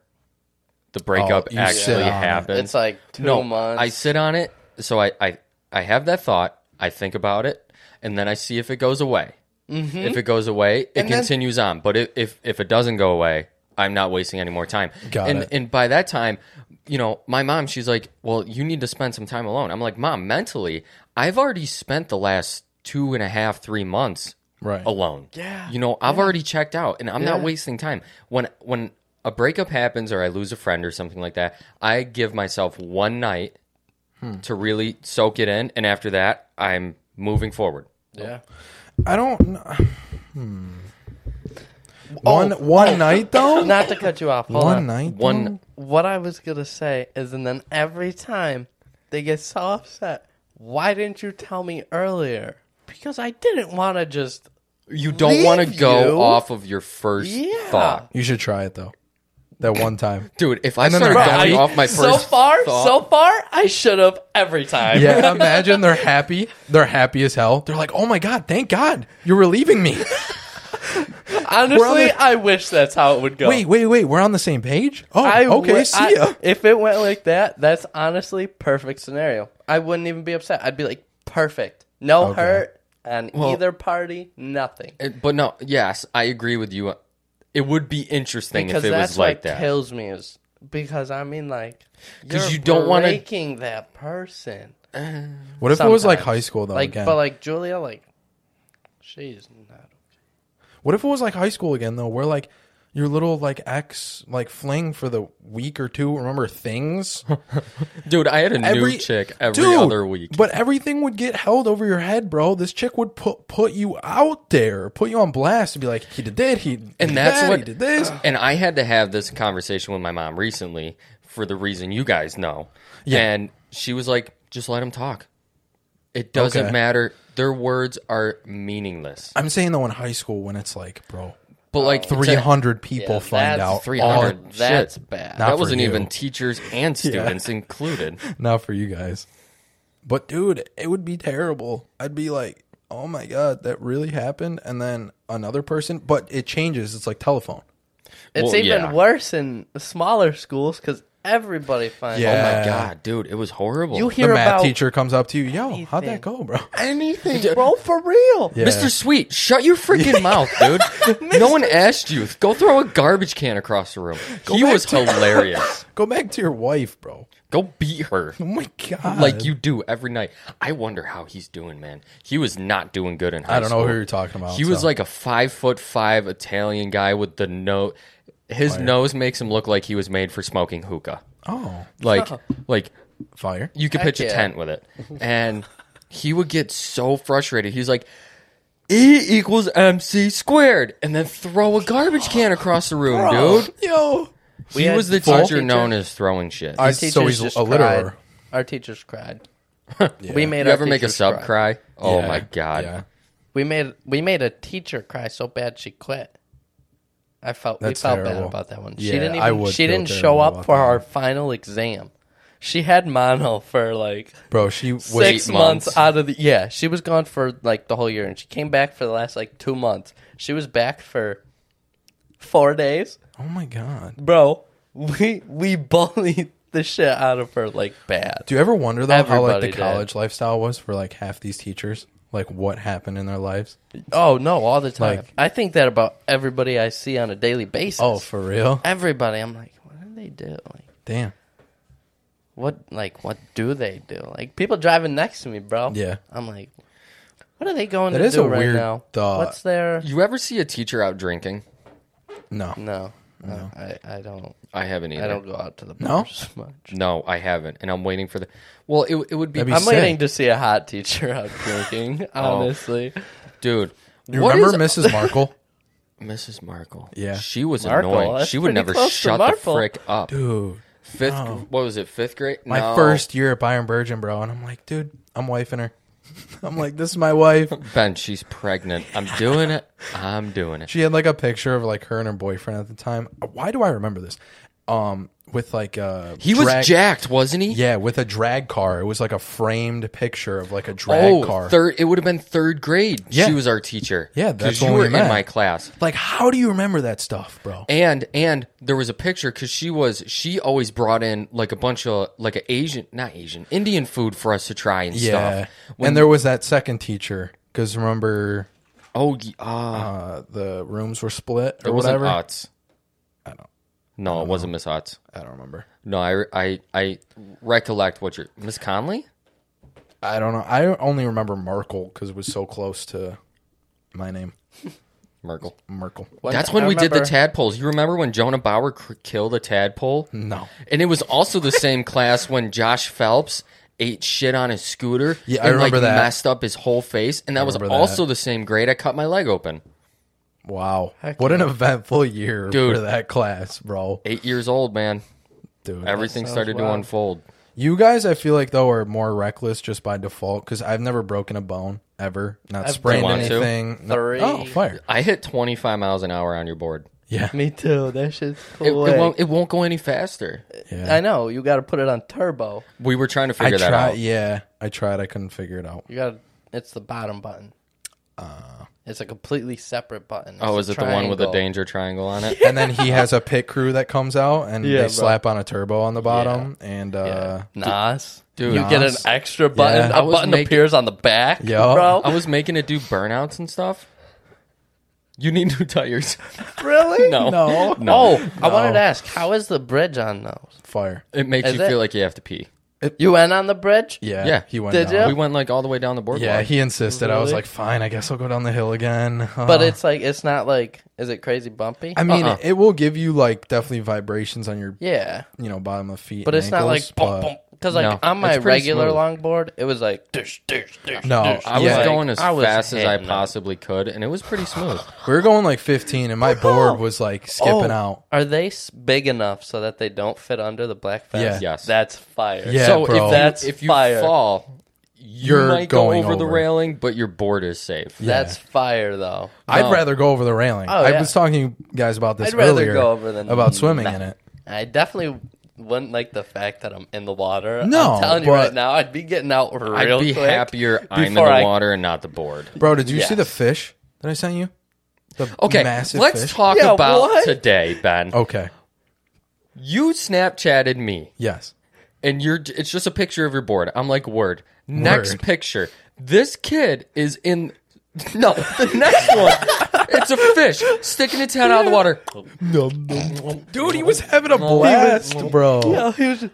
the breakup
Oh,
you sit
actually
on it.
happens.
It's like two
no,
months.
I sit on it, so I, I I have that thought. I think about it, and then I see if it goes away. If it goes away, it
Mm-hmm. then-
continues on. But if, if if it doesn't go away, I'm not wasting any more time.
Got
and
it.
and by that time, you know, my mom, she's like, "Well, you need to spend some time alone." I'm like, "Mom, mentally, I've already spent the last two and a half, three months
Right.
alone. Yeah, you know, I've already checked out, and I'm not wasting time. When when a breakup happens, or I lose a friend, or something like that, I give myself one night
Hmm.
to really soak it in, and after that, I'm moving forward.
(sighs)
yeah.
I don't. kn- Hmm.
Oh.
One one night
(laughs)
though.
Not to cut you off. Hold
Uh, one
on.
night.
One
though?
What I was gonna say is, and then every time they get so upset, why didn't you tell me earlier? Because I didn't want to just.
You don't want to
Leave
go
you.
off of your first
Yeah.
thought,
You should try it though. That one time.
dude. If I
then
started
they're
going
done.
off my first
so far,
thought,
so far, I should have every time.
(laughs) Yeah, (laughs) imagine they're happy. They're happy as hell. They're like, "Oh my god, thank God, you're relieving me." on
(laughs) Honestly,
the-
I wish that's how it would go.
(laughs) Wait, wait, wait. We're on the same page. Oh,
I
(laughs) okay.
would- I-
see ya.
if it went like that, that's honestly perfect scenario. I wouldn't even be upset. I'd be like, perfect. No
Okay.
hurt on either party, nothing.
Uh, But no, yes, I agree with you. It would be interesting
Because
if it
that's
was like
what
that.
kills me is because I mean like
'Cause
you're
you don't wanna-
breaking that person.
What if it was like
sometimes.
high school though?
Like,
again,
but like Julia, like she's not.
what if it was like high school again though? Where like your little like ex like fling for the week or two. Remember (laughs) things
Dude, I had a new chick every
Dude,
other week.
But everything would get held over your head, bro. This chick would put put you out there, put you on blast, and be like, "He did that. He
and that's
that,
what
he did this."
And I had to have this conversation with my mom recently for the reason you guys know.
Yeah.
And she was like, "Just let him talk. It doesn't
Okay.
matter. Their words are meaningless."
I'm saying though in high school when it's like, bro,
But like it's a-
300 people
that's
find out. Oh,
300.
all-
shit.
That's bad.
Not
that
for
wasn't
you.
even teachers
(laughs)
and students included.
"Oh, not for you guys. But dude, it would be terrible. I'd be like, "Oh my god, that really happened." And then another person, but it changes. It's like telephone.
It's
Well,
even
yeah.
worse in the smaller schools because everybody finds.
Yeah.
Oh
out.
my god, dude, it was horrible.
you
The
hear
math
about
teacher comes up to you, "Yo,
anything.
how'd that go, bro?" (laughs)
anything,
(laughs)
bro, for real.
Yeah.
Mr. Sweet, shut your
(laughs)
freaking mouth, dude. no one asked you. Go throw a garbage can across the room. he
back
was
to- (laughs)
hilarious.
Go back to your wife, bro.
Go beat her
Oh my god.
like you do every night. I wonder how he's doing, man. He was not doing good in high
I don't know who
school.
you're talking about.
He was
so.
like a five foot five Italian guy with the nose. His nose makes him look like he was made for smoking hookah.
"Oh,
Like, like
fire."
you could
Heck
pitch a
yeah.
tent
(laughs)
with it. And he would get so frustrated. He was like, E equals MC squared, and then throw a garbage can across the room, dude.
Yo.
We
he
had
was the
full
teacher
teacher.
known as throwing shit.
I-
Our
So
teachers
he's
just
a litterer.
cried. Our teachers cried. We made
you
our
ever make a
teachers
sub
cry.
cry? Oh my god.
Yeah.
We made we made a teacher cry so bad she quit. I felt
That's
we felt bad
terrible.
about that one. she
Yeah,
didn't even
I would
she
feel
didn't show
terrible
up
about
for
that.
our final exam. She had mono for like
Bro, she
Wait,
six
eight
months.
months.
out of the yeah she was gone for like the whole year and she came back for the last like two months she was back for four days
Oh my god.
bro (laughs) we we bullied the shit out of her like bad
Do you ever wonder though how like
Everybody
the
did.
college lifestyle was for like half these teachers? Like what happened in their lives?
oh no all the time
Like-
i think that about everybody i see on a daily basis
Oh, for real?
everybody i'm like what do they do like
Damn.
what like what do they do like people driving next to me bro
Yeah.
i'm like what are they going
That
to
is
do
a
right
weird
now
thought.
what's their
You ever see a teacher out drinking?
No.
no, no. I, I don't
I haven't either.
I don't go out to the
No?
bars (laughs) much.
No, I haven't, and I'm waiting for the. Well, it it would be,
That'd be
I'm
sick. Oh.
waiting to see a hot teacher
(laughs)
out drinking. honestly,
dude.
You
what
remember
is-
Mrs.
(laughs)
Markle?
Mrs. Markle?
Yeah.
she was
Markle,
annoying.
that's
She would
pretty
never
close to
shut the
Markle.
frick up.
Dude.
Fifth, what was it? Fifth grade.
My
No.
first year at Byron Virgin, bro, and I'm like, dude, I'm wifing her. (laughs) I'm like, this is my wife.
Ben, she's pregnant. I'm doing it. I'm doing it.
She had like a picture of like her and her boyfriend at the time. Why do I remember this? Um, with like uh
He was jacked, wasn't he?
Yeah, with a drag car. It was like a framed picture of like a drag
Oh,
car.
third. It would have been third grade.
Yeah.
She was our teacher.
Yeah,
'Cause
that's
you
when we
were in
met.
my class.
like, how do you remember that stuff, bro?
And and there was a picture because she was she always brought in like a bunch of like a Asian not Asian Indian food for us to try and
yeah.
stuff.
and there was that second teacher because remember
Oh, ye- ah,
uh, the rooms were split or
it wasn't
whatever.
Utz. I don't. No, it wasn't Miss Utz.
I don't remember.
No, I I I recollect what you're Miss Conley.
I don't know. I only remember Merkel because it was so close to my name,
Merkel.
Merkel.
One
That's
ti-
when
I
we did
remember-
the tadpoles. You remember when Jonah Bauer cr- killed a tadpole?
No.
And it was also the same class when Josh Phelps ate shit on his scooter.
Yeah, I
and,
remember
like,
that.
Messed up his whole face, and that was
remember that.
also the same grade. I cut my leg open.
Wow. what an eventful year
Dude.
for that class, bro.
Eight years old, man.
Dude.
Everything
sounds
started to
wild.
unfold.
You guys, I feel like though are more reckless just by default because I've never broken a bone ever, not
I've
sprained
done one, too.
anything. No-
Three.
Oh, fire!
I hit 25 miles an hour on your board.
Yeah,
Me too. That shit's
It, it
cool.
won't. It won't go any faster.
yeah.
I know. You got to put it on turbo.
We were trying to
I
figure that
tried.
out.
Yeah, I tried. I couldn't figure it out.
You got. to It's the bottom button. it's a completely separate button.
Uh. Oh,
It's
is
a
it the one with the
triangle.
danger triangle on it?
And then he has a pit crew that comes out and
Yeah,
they
bro.
slap on a turbo on the bottom. And uh,
Nas,
Dude.
dude, you get an
Nas?
extra button.
Yeah.
A
I was
button
making-
appears on the back,
Yeah.
(laughs)
bro.
I was making it do burnouts and stuff. You need new tires.
Really?
(laughs) no,
No.
Oh,
no.
I wanted to ask, how is the bridge on those?
fire.
It makes
Is
you
it?
feel like you have to pee.
You went on the bridge?
Yeah,
Yeah.
He went.
Did
down.
ya?
We went like all the way down the boardwalk.
Yeah, he insisted. I was
Really?
like, fine. I guess I'll go down the hill again.
But
Uh,
it's like it's not like is it crazy bumpy? Oh,
I mean,
Uh-uh.
it will give you like definitely vibrations on your
yeah,
you know bottom of feet.
but
and
it's not
ankles,
like bump
but-
bump. Because like
No,
on my
it's pretty
regular
smooth.
longboard, it was like dish dish dish.
No,
dish.
I was
Yeah.
going as
I was
fast as I
hitting 'em.
possibly could, and it was pretty
(sighs)
smooth.
We were going like 15, and my board was like skipping out.
Are they s- big enough so that they don't fit under the black fence?
Yeah.
Yes.
that's fire.
Yeah,
so
bro.
if
That's
that's if you
fire.
fall, you
You're
might go
going
over, the
over.
railing, but your board is safe.
that's fire though.
I'd rather go over the railing. I
yeah.
was talking to you guys about this
I'd rather
earlier
go over than
about swimming in it.
I definitely wouldn't like the fact that I'm in the water.
No,
I'm telling you right
but-
now, I'd be getting out real
I'd be
quick.
happier I'm in the
before I- (laughs)
water and not the board.
Bro, did you see
Yes.
the fish that I sent you? The
Okay,
massive
let's
fish? Oh.
talk
Yeah,
about
what?
today, Ben.
Okay,
You Snapchatted me,
yes.
and you're it's just a picture of your board. I'm like, word. Next
Word.
picture, this kid is in. (laughs) No, the next one, it's a fish sticking its head out of the water.
Dude, he was having a (laughs) blast, bro.
Oh, he was-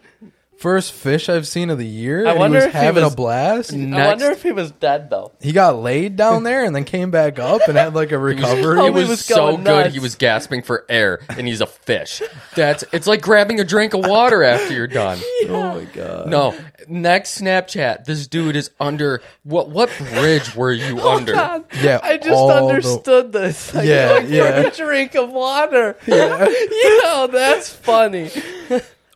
First fish I've seen of the year.
I
and
wonder
he was
if he
having
was-
a blast.
I wonder if he was dead though.
He got laid down there and then came back up and had like a recovery.
Oh, (laughs)
It
he
was,
was
so
going
good.
nuts.
He was gasping for air, and he's a fish. That's it's like grabbing a drink of water after you're done.
oh my
(laughs)
god.
No, next Snapchat, this dude is under what? What bridge were you
Oh,
under?
Yeah,
I just
all the-
understood this. (laughs) Like,
Yeah,
like, for
yeah.
a drink of water. (laughs) Yeah, that's funny.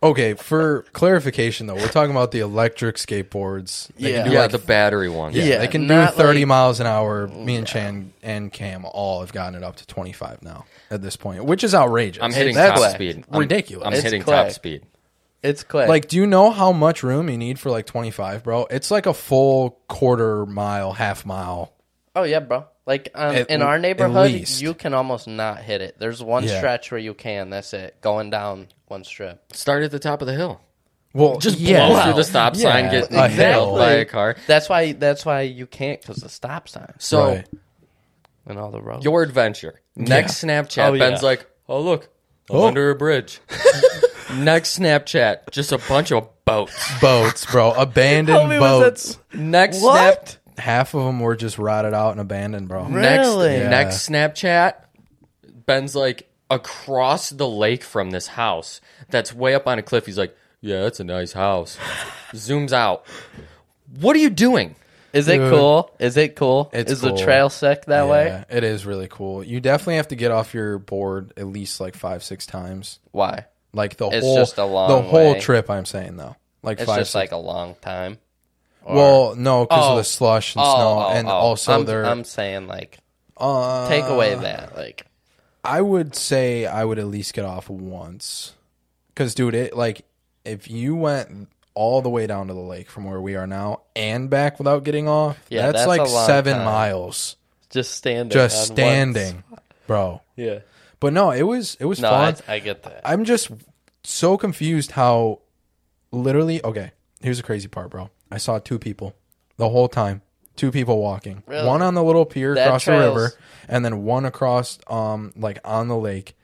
Okay, for clarification though, we're talking about the electric skateboards. They
Yeah.
can do
Yeah,
like
the battery one.
Yeah,
Yeah,
they can do
not
30
like-
miles an hour. Me and Chan and Cam all have gotten it up to 25 now at this point, which is outrageous.
I'm hitting
That's
top
whack.
speed. I'm-
ridiculous.
I'm,
It's
hitting
quack.
top speed.
It's quick.
like, do you know how much room you need for like 25, bro? It's like a full quarter mile, half mile.
oh yeah, bro. Like um,
At
in
l-
our
at
neighborhood,
least.
you can almost not hit it. There's one
Yeah.
stretch where you can. That's it. Going down one strip.
Start at the top of the hill.
Well,
Just
yeah.
blow through the stop sign,
Yeah,
get
a
nailed
hill.
by a car.
That's why. That's why you can't because the stop signs
So
Right.
and all the roads.
your adventure. Next Snapchat,
Oh,
Ben's
yeah.
like, oh look, I'm under a bridge. (laughs) Next Snapchat, just a bunch of boats.
boats,
(laughs)
bro. Abandoned
me, was that-
boats.
Next
What?
Snap,
Half of them were just rotted out and abandoned, bro.
next
Really? Yeah.
next Snapchat, Ben's like across the lake from this house that's way up on a cliff. He's like, yeah, that's a nice house. Zooms out. What are you doing?
Is it cool? Is it cool?
It's
Is
cool.
the trail sick that way?
Yeah, it is really cool. You definitely have to get off your board at least like five, six times.
Why?
Like the
It's
whole
just a long
the whole
way.
trip. I'm saying though, like
It's
five,
just
six-
like a long time.
well, no, because of
Oh.
the slush and snow, and also
I'm,
there.
I'm saying like
uh,
take away that like
I would say I would at least get off once, because dude, it like if you went all the way down to the lake from where we are now and back without getting off,
Yeah,
that's,
that's
like
a long
seven
time.
miles
just standing.
just
on one s-
standing, bro.
Yeah.
But no, it was it was
No,
fun.
I, I get that.
I'm just so confused how literally okay, here's the crazy part, bro. I saw two people the whole time. Two people walking.
Really?
One on the little pier
That
across the
trails.
river and then one across um like on the lake.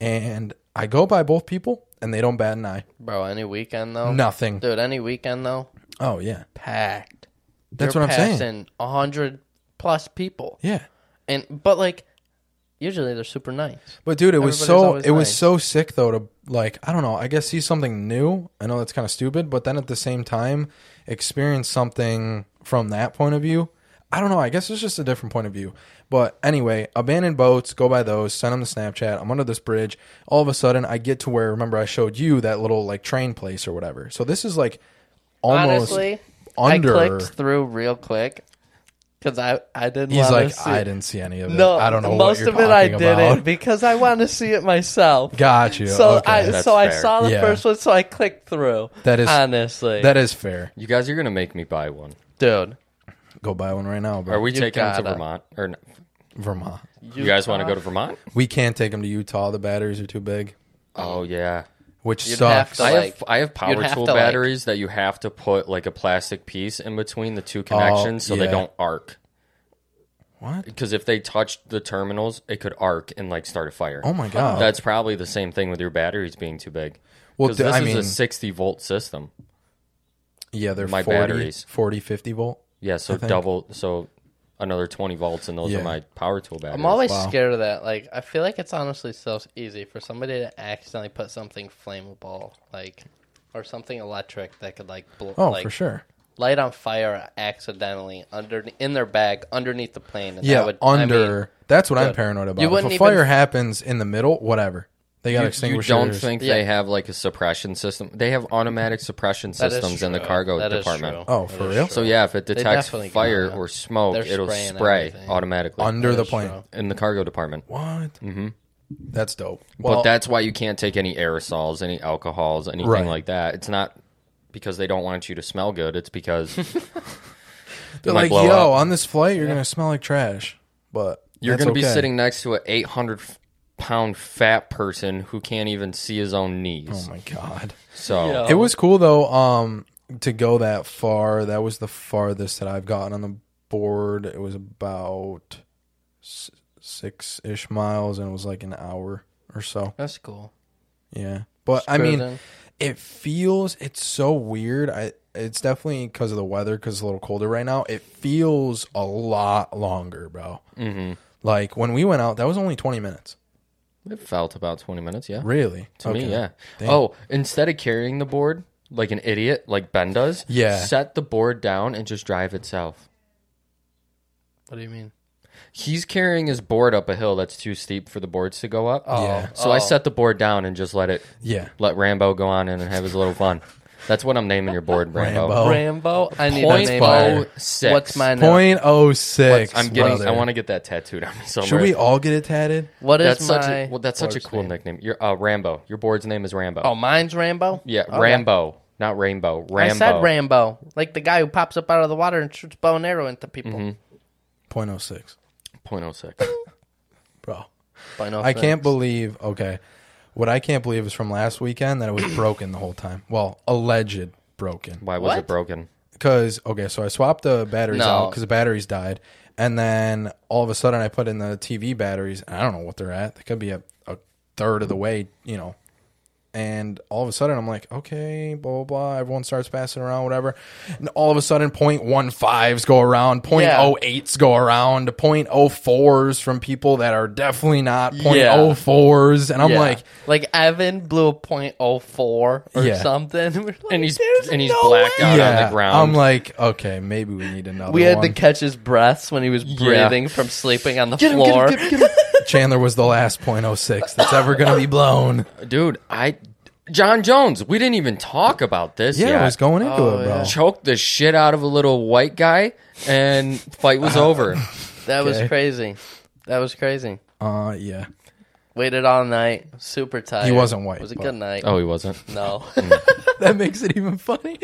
And I go by both people and they don't bat an eye.
Bro, any weekend though?
Nothing.
Dude, any weekend though?
Oh yeah.
Packed.
That's
You're
what I'm saying.
passing a hundred plus people.
Yeah.
And but like usually they're super nice.
But dude, it was
Everybody's
so
always
it was
nice.
so sick though to like I don't know, I guess see something new. I know that's kind of stupid, but then at the same time experience something from that point of view. I don't know. I guess it's just a different point of view. But anyway, abandoned boats, go by those, send them the Snapchat. I'm under this bridge. All of a sudden, I get to where, remember, I showed you that little like train place or whatever. So this is like almost
Honestly,
under.
I clicked through real quick because I I didn't.
He's
wanna
like,
see
I didn't see any of it.
No,
I don't know
Most
what you're
of it I
talking
didn't
about.
because I want to see it myself.
Got you.
so
okay.
I
That's
so I
fair.
saw the
Yeah.
first one, so I clicked through.
That is-
honestly,
that is fair.
You guys are gonna make me buy one.
dude.
Go buy one right now, bro.
Are we
You
taking them to
gotta.
Vermont or no,
Vermont.
you guys want to go to Vermont?
We can't take them to Utah. The batteries are too big,
Oh yeah.
which
You'd have
sucks.
to,
I
like-
have I have power
have
tool
to, like-
batteries that you have to put like a plastic piece in between the two connections so
yeah.
they don't arc.
what?
Because if they touched the terminals, it could arc and like start a fire.
Oh my god.
That's probably the same thing with your batteries being too big.
Well,
Because
d-
this
I
is
mean-
a 60 volt system.
yeah, they're
my
40,
batteries.
40, 50 volt.
Yeah, so double, so another 20 volts, and those
Yeah.
are my power tool batteries.
I'm always scared of that. Like, I feel like it's honestly so easy for somebody to accidentally put something flammable, like, or something electric that could like, blow,
Oh,
like
for sure.
light on fire accidentally under in their bag underneath the plane. And
Yeah,
that would, I mean,
under. that's what I'm paranoid about. If
wouldn't
a
even-
fire happens in the middle, whatever. They got
You
extinguishers.
don't think
Yeah.
they have like a suppression system? They have automatic suppression
that is
systems in the
true.
cargo
That is
department.
true.
Oh,
That
for
is
real?
true.
So yeah, if it detects
definitely got
fire
that.
or smoke,
They're
it'll
spraying
spray
everything.
automatically
under the
is
plane.
true.
in the cargo department.
What? Mm-hmm. That's dope.
but
Well,
that's why you can't take any aerosols, any alcohols, anything
Right.
like that. It's not because they don't want you to smell good. It's
(laughs)
because
they're
might
like,
blow
yo,
up.
on this flight, you're gonna smell like trash. But
You're
that's
going to be
okay.
sitting next to an 800 f- pound fat person who can't even see his own
Oh
knees.
my god.
so
Yeah.
It was cool though. Um, to go that far, that was the farthest that I've gotten on the board. It was about six ish miles, and it was like an hour or so.
That's cool.
Yeah, but I mean,
Cruising.
it feels it's so weird. I it's definitely because of the weather, because it's a little colder right now. It feels a lot longer, bro. Mm-hmm. Like when we went out, that was only twenty minutes.
it felt about 20 minutes, yeah.
Really?
To me, yeah. Oh, instead of carrying the board like an idiot, like Ben does,
Yeah.
set the board down and just drive itself.
what do you mean?
He's carrying his board up a hill that's too steep for the boards to go up.
Yeah.
So I set the board down and just let it
Yeah.
let Rambo go on in and have his little fun. That's what I'm naming your board, Rambo.
Rambo. Oh.
Rambo. I need
Point
a name.
oh
mine.
six.
What's my name?
Point oh six.
uh, I'm getting.
brother.
I want to get that tattooed on me somewhere.
Should we all get it tatted?
What is
That's
my?
such a well, that's such a
board's
cool
name?
nickname. Your uh, Rambo. Your board's name is Rambo.
Oh, mine's Rambo.
yeah,
Okay.
Rambo, not Rainbow. Rambo.
I said Rambo, like the guy who pops up out of the water and shoots bow and arrow into people.
Mm-hmm.
Point oh six,
Point oh six.
bro.
By no
I
offense.
can't believe. Okay, what I can't believe is from last weekend that it was broken the whole time. Well, alleged broken.
Why was
What?
it broken?
Because okay, so I swapped the batteries
No.
out because the batteries died, and then all of a sudden I put in the TV batteries. And I don't know what they're at. They could be a, a third of the way, you know. And all of a sudden I'm like, okay, blah blah blah. Everyone starts passing around, whatever. And all of a sudden, 0.15s go around, 0.08s go around, 0.04s from people that are definitely not 0.04s, and I'm
Yeah.
like,
like Evan blew a point oh four or
Yeah.
something, (laughs) We're like,
And he's
"There's
and he's
no
blacked
way."
out on
yeah.
the ground.
I'm like, okay, maybe we need another.
We had
one.
to catch his breaths when he was breathing from sleeping on the floor.
(laughs) Chandler was the last .06 that's ever going to be blown.
dude, I John Jones. We didn't even talk about this.
Yeah,
yet.
I was going into
Oh,
it, bro.
yeah.
Choked the shit out of a little white guy, and fight was over.
That was
Okay.
crazy. That was crazy.
Uh, yeah.
Waited all night, super tired.
He wasn't white,
It was a
but-
good night.
Oh, he wasn't. (laughs)
No,
(laughs)
(laughs)
That makes it even funny.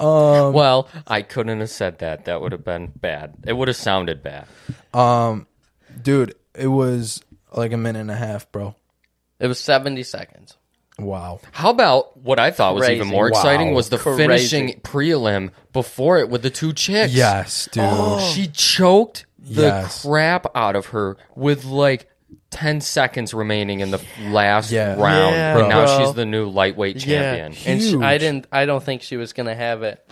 Well, I couldn't have said that. That would have been bad. It would have sounded bad.
Um, Dude, it was like a minute and a half, bro.
it was seventy seconds.
Wow.
How about what I thought was even
Crazy.
more exciting
Wow.
was the
Crazy.
finishing prelim before it with the two chicks.
Yes, dude.
(gasps) She choked the
Yes.
crap out of her with like 10 seconds remaining in the last
Yeah.
round.
Yeah,
and now
bro.
she's the new lightweight champion. Yeah.
and she, I
Huge.
didn't. I don't think she was gonna have it.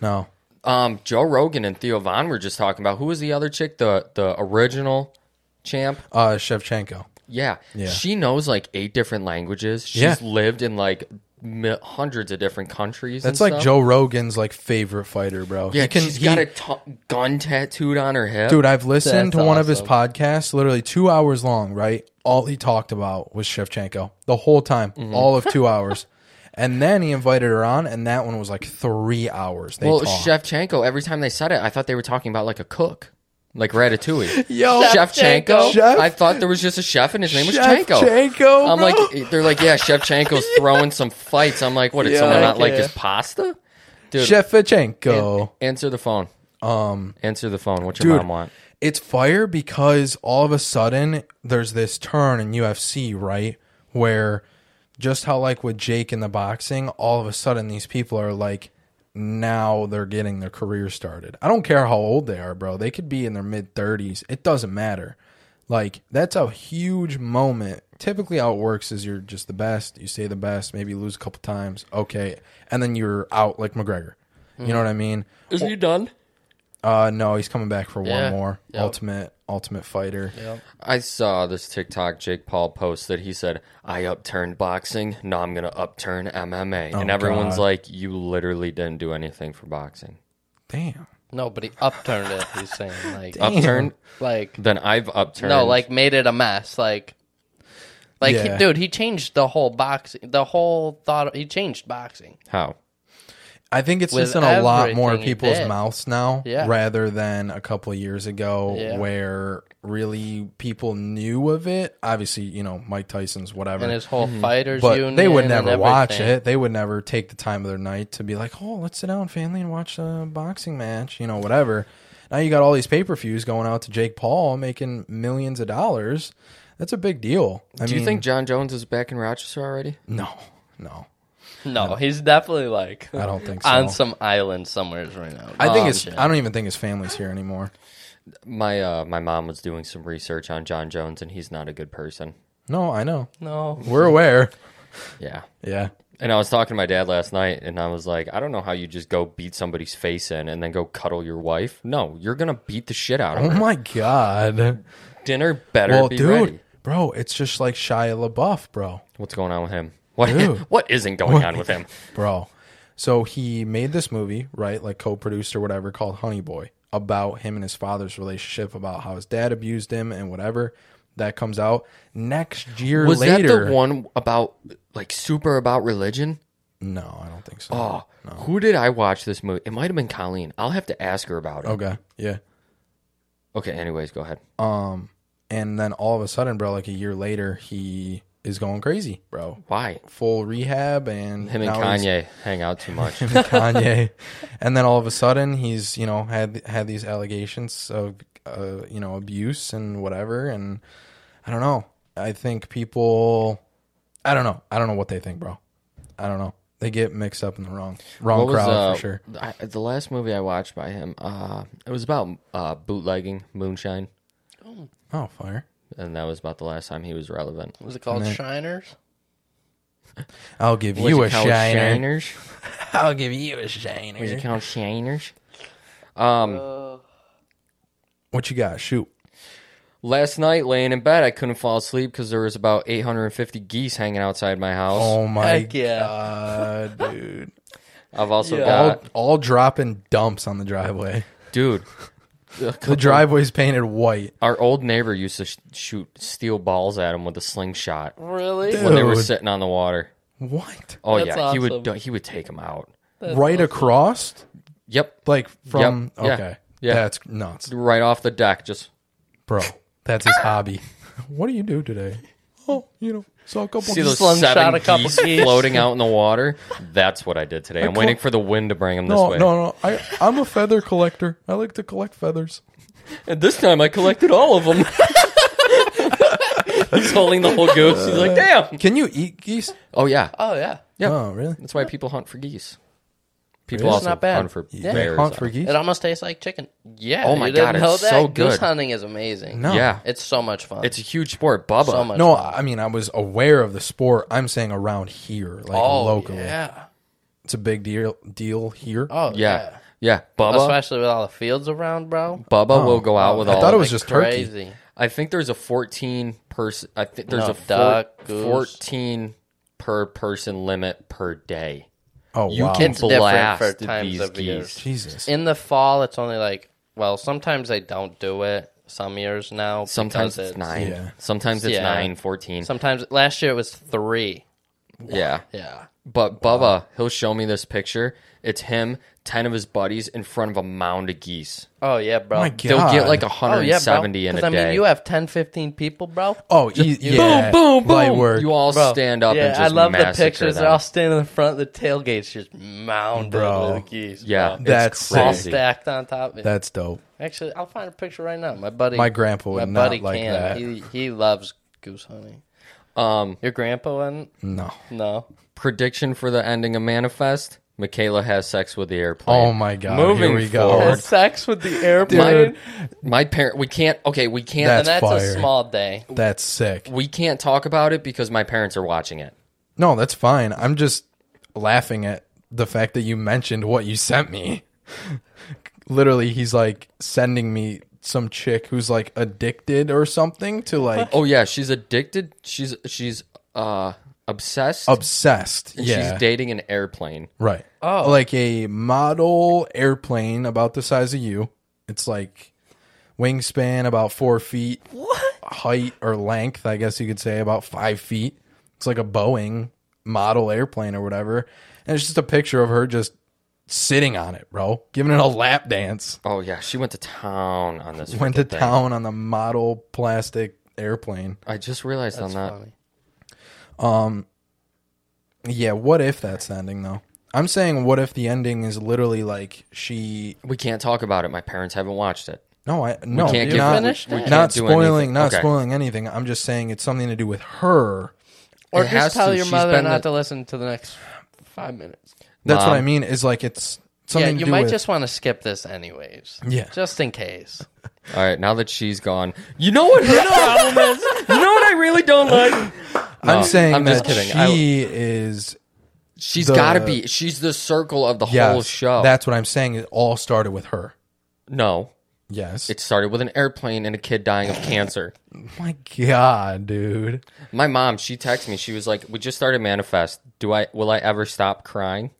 No.
Um, Joe Rogan and Theo Von were just talking about who was the other chick, the the original champ.
Uh, Shevchenko.
Yeah. She knows like eight different languages. She's
Yeah.
lived in like mi- hundreds of different countries.
That's
and
like
stuff.
Joe Rogan's like favorite fighter, bro.
Yeah,
he can.
she's
he-
got a t- gun tattooed on her hip.
dude, I've listened
That's
to one of his
awesome.
podcasts, literally two hours long. Right, all he talked about was Shevchenko the whole time,
Mm-hmm.
all of
(laughs)
two hours, and then he invited her on, and that one was like three hours. They
well,
talked.
Shevchenko. Every time they said it, I thought they were talking about like a cook, like Ratatouille.
(laughs) Yo,
Shevchenko.
Chef-
I thought there was just a chef and his name was Chanko.
Shevchenko,
I'm
bro.
like, they're like,
(laughs)
yeah, Shevchenko's throwing some fights. I'm like, what? Did
Yeah.
someone not like
Yeah.
his pasta? Dude,
Shevchenko.
an- answer the phone. Um, answer the phone. What's your
dude,
mom want?
It's fire because all of a sudden there's this turn in UFC, right? Where just how like with Jake in the boxing, all of a sudden these people are like now they're getting their career started. I don't care how old they are, bro. They could be in their mid 30s. It doesn't matter. Like that's a huge moment. Typically how it works is you're just the best, you say the best, maybe you lose a couple times, okay, and then you're out like McGregor. You know what I mean?
Is he done?
Uh, no, he's coming back for one
Yeah.
more
Yep.
ultimate ultimate fighter.
I saw this TikTok Jake Paul post that he said, I upturned boxing. Now I'm going to upturn MMA. and everyone's
Oh, God.
like, you literally didn't do anything for boxing.
Damn,
No, but he upturned it. He's saying like,
Upturned?
like
Then I've upturned.
no, like made it a mess. Like, like
Yeah.
he, dude, he changed the whole boxing. The whole thought. He changed boxing.
How?
I think it's
With
just in a lot more
everything he
people's
did.
mouths now,
Yeah.
rather than a couple of years ago,
Yeah.
where really people knew of it. Obviously, you know Mike Tyson's whatever,
And his whole
Mm-hmm.
fighters
but
union.
they would
and
never watch
everything.
it. They would never take the time of their night to be like, "Oh, let's sit down, family, and watch a boxing match." You know, whatever. Now you got all these pay per views going out to Jake Paul making millions of dollars. That's a big deal. I
Do
mean,
you think John Jones is back in Rochester already?
No, no,
No, he's definitely like (laughs)
I don't think so.
on some island somewhere right now.
I think
oh,
Um,
it's. I don't even think his family's here anymore.
My uh, my mom was doing some research on John Jones, and he's not a good person.
No, I know.
no.
We're aware.
(laughs) Yeah.
Yeah.
And I was talking to my dad last night, and I was like, I don't know how you just go beat somebody's face in and then go cuddle your wife. No, you're going to beat the shit out
Oh (laughs)
of her.
my god.
Dinner better
Well,
be
dude,
ready.
bro, it's just like Shia LaBeouf, bro,
What's going on with him? (laughs) What
Dude.
what isn't going on with
(laughs)
him?
bro. So he made this movie, right? Like co-produced or whatever, called Honey Boy, about him and his father's relationship, about how his dad abused him and whatever. That comes out next year.
Was
later,
that the one about like super about religion?
No, I don't think so.
Oh, who did I watch this movie? It might have been Colleen. I'll have to ask her about it.
Okay. Yeah.
Okay, anyways, go ahead.
Um, and then all of a sudden, bro, like a year later, he is going crazy, bro.
Why?
Full rehab and
Him and
now (laughs) he's-
Kanye hang out
(laughs)
too much.
him and
(laughs)
Kanye, and then all of a sudden he's you know had had these allegations of uh, you know abuse and whatever, and I don't know. I think people, I don't know. I don't know what they think, bro. I don't know. They get mixed up in the wrong wrong
What was,
crowd
uh,
for sure.
I, the last movie I watched by him, uh, it was about uh, bootlegging moonshine,
Oh, fire!
and that was about the last time he was relevant.
Was it called Shiners?
I'll give
Was
you
it
a
called
shiner.
Shiners?
I'll give you a
Was
shiner.
it called Shiners? Um,
Oh,
What you got? Shoot.
Last night, laying in bed, I couldn't fall asleep because there was about 850 geese hanging outside my house.
Oh my
Heck yeah.
god, dude!
I've
(laughs)
also
all
got,
all dropping dumps on the driveway.
dude,
The driveway's painted white.
our old neighbor used to sh- shoot steel balls at him with a slingshot
Really?
when they were
Dude.
sitting on the water.
What?
Oh
That's
yeah, he would
awesome.
do- he would take them out.
right across,
Yep,
like from
Yep. Yeah.
okay,
Yeah.
that's nuts,
right off the deck. Just
bro. That's his hobby. What do you do today? Oh, you know, saw a couple.
see those
slingshot
seven
a couple
geese,
geese.
floating out in the water. That's what I did today. I'm
clo-
waiting for the wind to bring them this
no,
way.
no, no. I I'm a feather collector. I like to collect feathers.
And this time I collected all of (laughs) them. He's holding the whole goose. He's like, damn.
Can you eat geese?
Oh yeah.
Oh yeah.
Yep.
Oh, really?
That's why people hunt for geese. People
Really?
also
Not bad.
hunt for
Yeah.
They
bears.
hunt for geese.
It almost tastes like chicken. Yeah.
Oh my
you didn't
God, it's
know that?
so
Goose
good.
hunting is amazing.
No.
Yeah,
It's so much fun.
it's a huge sport, Bubba.
so much.
No,
fun.
I mean I was aware of the sport. I'm saying around here, like
Oh
locally,
yeah.
it's a big deal deal here.
Oh
Yeah,
yeah.
yeah, Bubba.
Especially with all the fields around, bro.
Bubba
Oh.
will go out with
I
all.
thought it
of
was
it.
just turkey.
Crazy.
I think there's a 14 person. I think there's
No,
a four,
duck, goose.
14 per person limit per day.
Oh,
You
wow.
can
It's different for
blast
times
these
of
geese.
years.
Jesus.
In the fall, it's only like well, sometimes they don't do it. Some years now, because
Sometimes it's, nine.
Yeah.
Sometimes it's
Yeah.
nine, 14.
Sometimes last year it was three.
yeah.
Yeah,
But Bubba, he'll show me this picture. It's him, 10 of his buddies in front of a mound of geese.
Oh yeah, bro.
My God.
They'll get like
Oh yeah,
170
bro.
in a
'Cause,
day.
I mean, you have 10, 15 people, bro.
oh, e- yeah.
boom, boom,
Light
boom.
work.
You all
Bro,
stand up
yeah,
and just
I love the
massacre
pictures.
them.
They're all standing in front of the tailgates, just mounded
Bro.
with geese.
yeah,
bro.
it's
That's
all
crazy.
stacked on top of it.
That's dope.
Actually, I'll find a picture right now. My buddy,
My grandpa would
my
not
buddy
like
can.
that.
He he loves goose hunting.
Um,
Your grandpa wasn't?
No.
No.
prediction for the ending of Manifest: Michaela has sex with the
Oh
airplane.
my god.
Moving
Here we go.
forward.
Had sex with the airplane,
Dude,
My parent, we can't. Okay, we can't.
and
That's
Oh, that's
fire.
a small day.
That's sick.
we can't talk about it because my parents are watching it.
No, that's fine. I'm just laughing at the fact that you mentioned what you sent me. (laughs) Literally, he's like sending me some chick who's like addicted or something to like
(laughs) Oh yeah, she's addicted. She's she's uh obsessed.
obsessed. Yeah.
She's dating an airplane.
right. Oh. Like a model airplane about the size of you. It's like wingspan about four feet. What? Height or length, I guess you could say about five feet. It's like a Boeing model airplane or whatever. And it's just a picture of her just sitting on it, bro. Giving it a lap dance.
Oh yeah, she went to town on this.
Went to
freaking thing.
town on the model plastic airplane.
I just realized on that.
Funny.
Yeah, what if that's the ending though? I'm saying what if the ending is literally like she
We can't talk about it. My parents haven't watched it.
No, I no.
can't
you're
give-
not,
Finish that.
not
can't do
spoiling,
anything.
not
Okay.
spoiling anything. I'm just saying it's something to do with her.
Or
It has
just tell
to.
your
She's
mother
been
not
the-
to listen to the next five minutes.
That's what
Mom.
I mean. Is like it's something.
yeah,
to
you
do
might
with,
just want to skip this anyways.
Yeah.
Just in case.
All right, now that she's gone, you know what her problem is. You know what I really don't like.
I'm saying
I'm
that
just kidding. I-
she is.
She's
The-
got to be. She's the circle of the whole
Yes,
show.
that's what I'm saying. It all started with her.
no,
Yes.
it started with an airplane and a kid dying of cancer.
my God, dude.
My mom, she texted me. She was like, "We just started manifest. Do I will I ever stop crying?"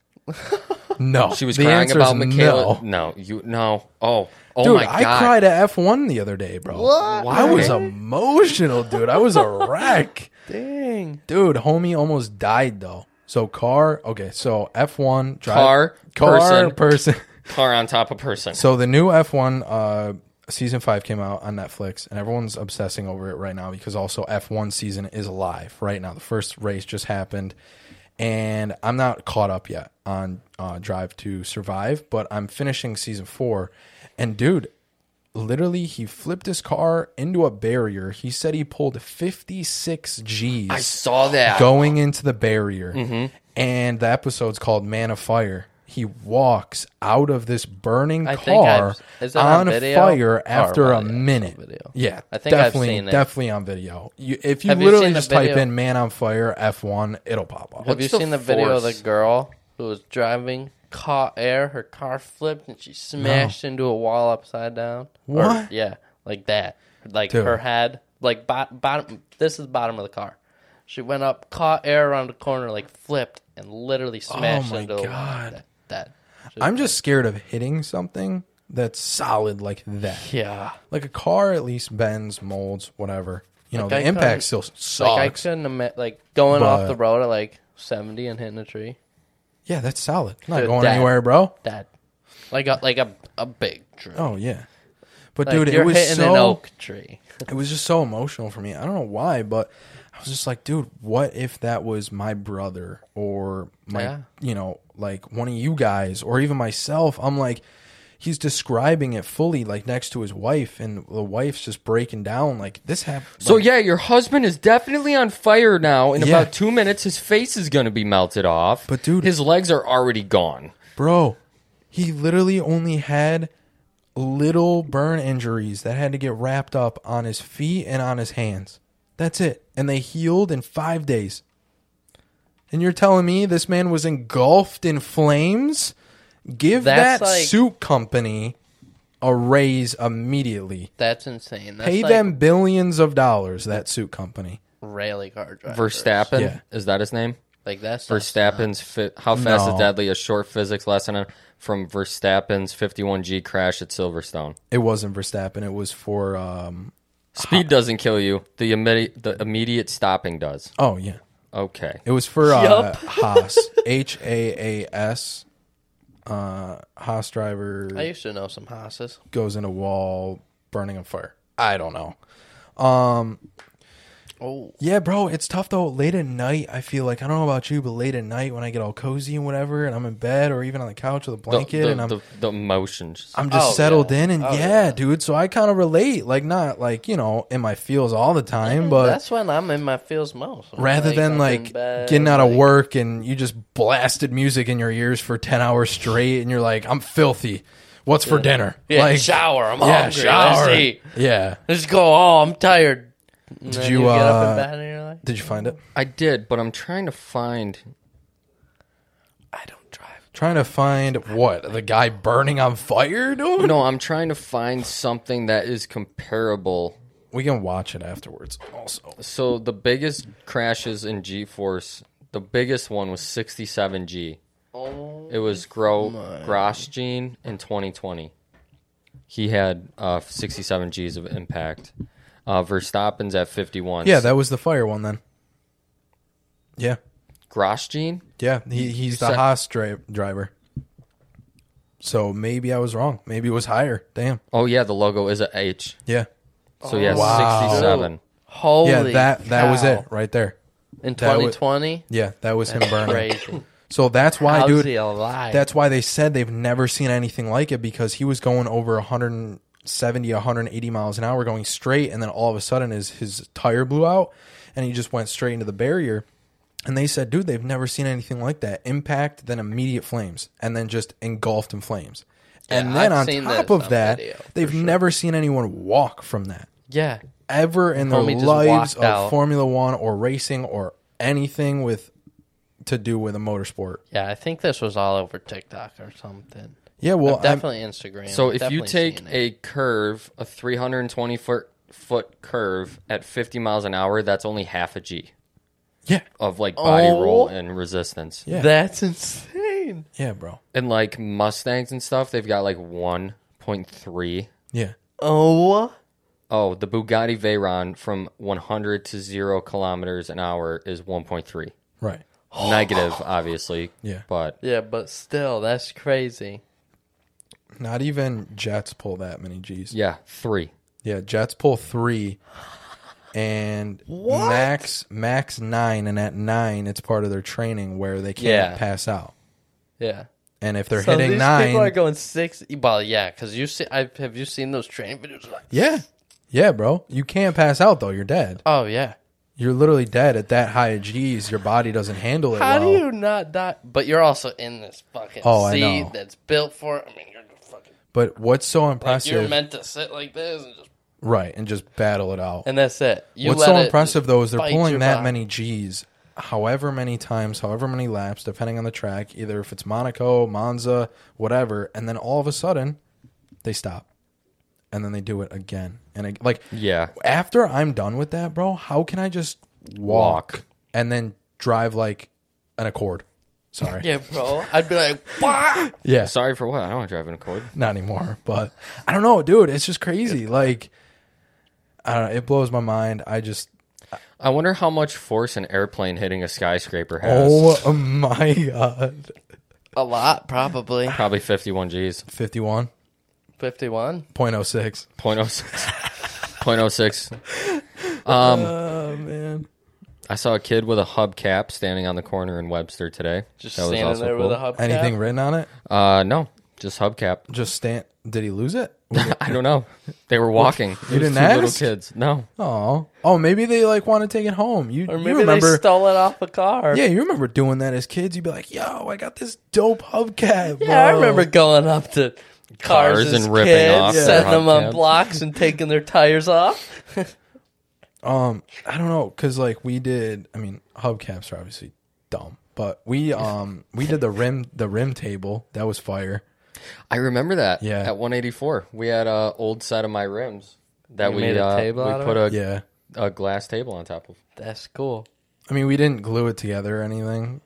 No,
She was
the
crying
answer
about
is
Michaela.
No.
No. you no. Oh, oh
Dude,
my god.
I cried at F1 the other day, bro. I was
Why?
emotional, dude. I was a wreck.
Dang.
Dude, homie almost died though. So car, okay. So F one
Car, person.
person.
car on top of person.
So the new F one uh, season five came out on Netflix, and everyone's obsessing over it right now because also F one season is live right now. The first race just happened, and I'm not caught up yet on uh, Drive to Survive, but I'm finishing season four, and dude. Literally, he flipped his car into a barrier. He said he pulled 56 G's
I saw that.
going into the barrier.
Mm-hmm.
And the episode's called Man of Fire. He walks out of this burning
I think
car
I've- is that on video?
fire after a
well, yeah, it's on
minute.
video.
Yeah,
I think I've
definitely,
seen it.
definitely on video. You, if you
Have you
literally
seen the
just type
video?
in "Man on Fire" F1, it'll pop up.
Have
What's
you
the
seen the video of the
force?
girl who was driving, caught air, her car flipped, and she smashed into a wall upside down? Or-
What?
yeah, like that. Like
Dude.
her head, like bo- bottom. This is the bottom of the car. She went up, caught air around the corner, like flipped, and literally smashed
Oh my
into a wall.
God.
That, that.
I'm just scared of hitting something that's solid like that.
Yeah.
Like a car, at least bends, molds, whatever. You know,
Like,
the
I
impact
couldn't-
still
Like I
sucks.
couldn't admit, like going off
But-
the road at like seventy and hitting a tree.
yeah, that's solid. Not
Dude,
going
that-
anywhere, bro.
That, like a like a a big tree.
Oh yeah, but
Like,
dude,
you're
it was
hitting
so
an oak tree.
it was just so emotional for me. I don't know why, but I was just like, dude, what if that was my brother or my,
Yeah.
you know, like one of you guys or even myself? I'm like, he's describing it fully, like next to his wife, and the wife's just breaking down, like this happened.
So yeah, your husband is definitely on fire now. In
Yeah.
about two minutes, his face is gonna be melted off.
But dude-
his legs are already gone.
bro, he literally only had little burn injuries that had to get wrapped up on his feet and on his hands. That's it. And they healed in five days. And you're telling me this man was engulfed in flames? Give
That's
that
like-
suit company a raise immediately.
That's insane. That's
Pay
like
them billions of dollars, that suit company.
rally car drivers.
Verstappen,
Yeah.
is that his name?
Like that's not-
Verstappen's fi- how fast
No.
is deadly? A short physics lesson from Verstappen's 51G crash at Silverstone.
It wasn't Verstappen. It was for. Um,
Speed doesn't kill you. The immediate the immediate stopping does.
oh yeah,
Okay.
it was for uh,
(laughs)
Haas. H A A S. Uh, Haas driver
I used to know some Haas's.
goes in a wall, burning a fire. I don't know.
Oh,
Yeah, bro, it's tough though. Late at night, I feel like I don't know about you, but late at night when I get all cozy and whatever, and I'm in bed or even on the couch with a
The,
blanket,
the-
and I'm
the, the emotions.
I'm just
Oh,
settled
yeah.
in, and
Oh,
yeah,
yeah.
dude. So I kind of relate, like not like you know in my feels all the time, but
Mm-hmm. that's when I'm in my feels most. I'm
rather
I'm
than
in
like
bed,
getting out of
like-
work and you just blasted music in your ears for ten hours straight, and you're like, I'm filthy. What's for dinner?
Yeah,
like,
shower. I'm
yeah,
hungry.
shower.
Let's eat.
Yeah.
Let's go. Oh, I'm tired. And then
you,
get up
uh,
in bed and you're like,
Did you find it?
I did, but I'm trying to find
I don't drive.
Trying to find what the guy burning on fire, dude.
No, I'm trying to find something that is comparable.
We can watch it afterwards. Also,
So the biggest crashes in G-force, the biggest one was 67G.
Oh,
It was Gro Grosjean in 2020. He had uh, 67 Gs of impact. Uh, Verstappen's at 51.
yeah, that was the fire one then. Yeah,
Grosjean.
yeah, he, he's the
said-
Haas dri- driver. So maybe I was wrong. Maybe it was higher. Damn.
Oh yeah, the logo is a H.
Yeah.
So
Oh,
yeah,
Wow.
67.
holy.
yeah, that that was
cow.
it right there.
in
That was-
2020.
Yeah, that was him burning. (laughs)
Crazy.
So that's why,
How's
dude.
he alive?
That's why they said they've never seen anything like it because he was going over 170, 180 miles an hour going straight, and then all of a sudden his his tire blew out, and he just went straight into the barrier. And they said, dude, they've never seen anything like that. Impact, then immediate flames, and then just engulfed in flames. and
Yeah,
then
I've
on
seen
top
this
of
on
that,
video, for
they've never seen anyone walk from that
yeah.
ever in their
Homie just
lives
walked
of
out.
Formula One or racing or anything with to do with a motorsport.
Yeah, I think this was all over TikTok or something.
Yeah, well, I'm-
Definitely Instagram.
So
I've
if you
definitely
take
seen it.
a curve, a 320 foot foot curve at 50 miles an hour, that's only half a G
yeah,
of like body
Oh.
roll and resistance.
Yeah.
that's insane.
yeah, bro,
And like Mustangs and stuff, they've got like 1.3.
yeah.
Oh,
Oh, the Bugatti Veyron from 100 to 0 kilometers an hour
(gasps)
is 1.3.
Right.
Negative, obviously.
Yeah.
But
yeah, but still, that's crazy.
Not even jets pull that many G's. Yeah,
yeah, 3.
jets pull three, and max max nine, and at nine, it's part of their training where they can't
Yeah.
pass out.
Yeah.
And if they're
So
hitting
these
nine,
people are going six. e-, Well, yeah, because you see, I have you seen those training videos? Like,
yeah, yeah, bro, you can't pass out though. You're dead.
oh yeah.
You're literally dead at that high of G's. Your body doesn't handle it.
How
well.
do you not die? But you're also in this fucking
Oh, I
seat
know.
that's built for. it. I mean, you're fucking.
But what's so
Like,
impressive,
you're meant to sit like this and just.
right? And just battle it out.
And that's it. You
What's
let
so
it
impressive though is they're
bite
pulling
your
that
body.
many G's, however many times, however many laps, depending on the track, either if it's Monaco, Monza, whatever, and then all of a sudden they stop, and then they do it again, and ag- like
Yeah.
after I'm done with that, bro, how can I just walk,
Walk.
and then drive like an Accord? Sorry,
(laughs) (laughs)
yeah.
Yeah, bro. I'd be like, (laughs) "Wah!"
Sorry for what? I don't want to drive an Accord.
not anymore. But I don't know, dude. It's just crazy. Like, I don't know. It blows my mind. I just.
I wonder how much force an airplane hitting a skyscraper has.
Oh (laughs) my god.
a lot probably.
Probably 51 Gs.
51.06.
Fifty-one.
Point oh six. (laughs) Point oh six. Um,
Oh man.
I saw a kid with a hubcap standing on the corner in Webster today.
Just standing there with a hubcap.
Anything written on it?
Uh, no, just hubcap.
Just stand. Did he lose it?
(laughs) I don't know. They were walking. It was
didn't
two little
ask?
kids. No,
Oh. Oh, maybe they like want to take it home. You,
Or
you
maybe they
remember?
stole it off a car.
yeah, you remember doing that as kids. You'd be like, "Yo, I got this dope hubcap."
Yeah, I
bro."
remember going up to cars,
Cars
and
and ripping
kids,
off their
setting them on
hubcaps.
blocks and taking their tires off.
Um, I don't know, cause like we did. I mean, hubcaps are obviously dumb, but we um we did the rim the rim table that was fire.
I remember that.
Yeah.
at 184, we had a old set of my rims that we
made a
uh,
table
we
out of
put a,
Yeah,
a glass table on top of.
That's cool.
I mean, we didn't glue it together or anything,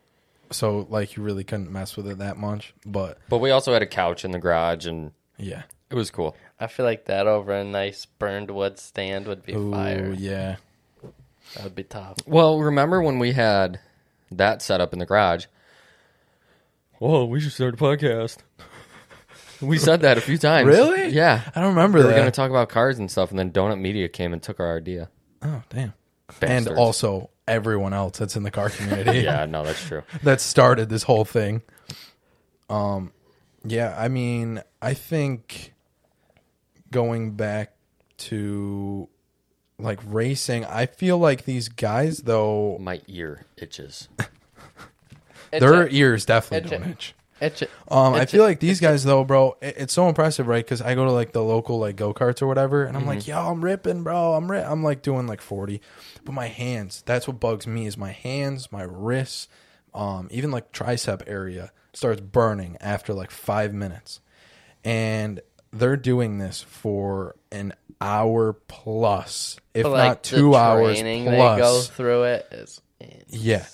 so like you really couldn't mess with it that much. But
But we also had a couch in the garage and
yeah,
it was cool.
I feel like that over a nice burned wood stand would be
Ooh,
fire.
yeah,
That would be top.
Well, remember when we had that set up in the garage? Whoa, we should start a podcast. (laughs) we said that a few times.
Really?
Yeah.
I don't remember
We were
that.
going to talk about cars and stuff, and then Donut Media came and took our idea.
oh damn!
Bastards.
And also everyone else that's in the car community
(laughs) yeah, no, that's true.
that started this whole thing. Um, yeah, I mean, I think going back to like racing, I feel like these guys though
My ear itches.
Itch
their
it,
ears definitely
Itch it.
don't itch.
itch it.
Um, I
Itch
feel
it.
like these guys though, bro, it, it's so impressive, right? Because I go to like the local like go karts or whatever, and I'm like,
Mm-hmm.
yo, I'm ripping, bro. I'm ri- I'm like doing like 40, but my hands. That's what bugs me is my hands, my wrists, um, even like tricep area starts burning after like five minutes, and they're doing this for an hour plus, if
But, like,
not
the
two hours
training
plus.
They go through it is insane.
Yeah.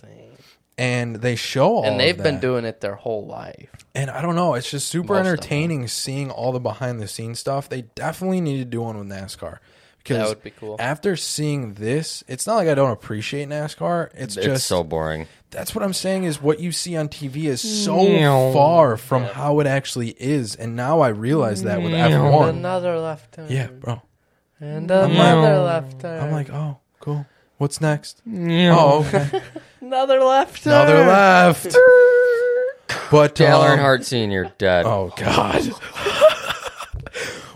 and they show all
And
of
they've been
that.
doing it their whole life.
And I don't know, it's just super
Most of them.
entertaining seeing all the behind the scenes stuff. They definitely need to do one with NASCAR because
That would be cool.
After seeing this, it's not like I don't appreciate NASCAR. It's,
it's
just
so boring.
that's what I'm saying is what you see on TV is so
Meow.
far from how it actually is. And now I realize that with F1.
Another left turn.
Yeah, bro.
And another left turn.
I'm like, oh, cool. What's next?
Oh,
Oh, okay.
another left turn.
Another left. But
Dale
um,
Earnhardt Sr. dead.
Oh God. (laughs)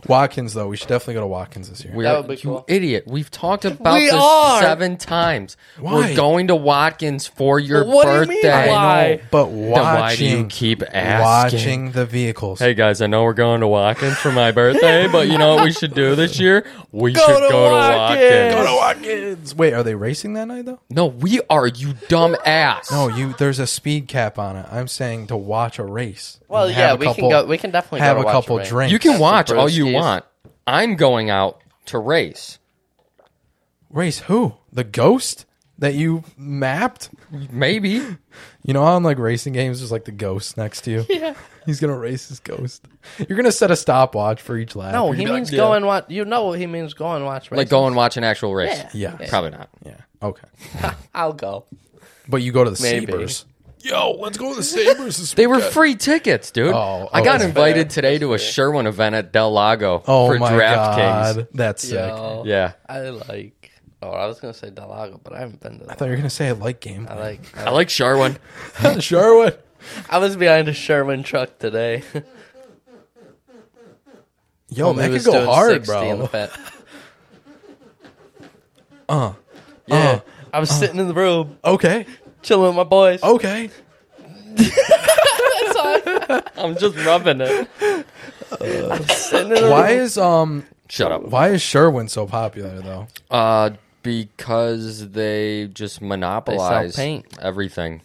Watkins though, we should definitely go to Watkins this year.
We're,
That would be
you
cool.
idiot. We've talked about
We
this
are.
seven times.
Why?
We're going to Watkins for your
What do you
birthday.
mean, why?
But
Then why do
watching,
you keep asking?
watching the vehicles.
Hey guys, I know we're going to Watkins for
(laughs)
my birthday, but you know what we should do this year? We
Go
should
to
go
Watkins.
to
Go to
Watkins.
Watkins. Wait, are they racing that night though?
No, we are, you dumb ass.
No, you. There's a speed cap on it. I'm saying to watch a race. and
Well,
have
yeah,
a
we
couple-
can go. We can definitely
have
go to
a
watch
couple
race.
drinks.
you can watch
the
all you
brewskis.
want. I'm going out to race.
race. Who the ghost that you mapped?
Maybe.
You know, how on like racing games, there's like the ghost next
(laughs)
to you. Yeah, he's gonna race his ghost. You're gonna set a stopwatch for each lap.
No,
You're
he
gonna be
means
like,
go and watch. You know what he means go and watch.
Like
races.
go and watch an actual race.
Yeah. Yeah.
Probably not.
Yeah. Okay.
I'll go.
But you go to the
Maybe.
Sabers. Yo, let's go to the Sabers. (laughs) this
They were
weekend.
free tickets, dude.
Oh,
I got
okay.
invited today to a Sherwin event at Del Lago
oh
for
my
DraftKings.
god, that's sick.
Yo,
Yeah.
I like. Oh, I was gonna say Dalago, but I haven't been to.
I thought
That.
you were gonna say I like game.
I like.
I like Sherwin.
Sherwood.
I was behind a Sherman truck (laughs) today.
(laughs)
(laughs)
Yo,
Homie
that could
was
go
doing
hard,
60 in the
bro.
(laughs) pit.
Uh,
Yeah, I was sitting in the room
(laughs) okay,
chilling with my boys.
okay.
(laughs) I'm just rubbing it. I'm sitting (laughs) in the
Why
room.
is um
Shut up.
why is Sherwin so popular though?
Uh, because they just monopolize
paint.
everything.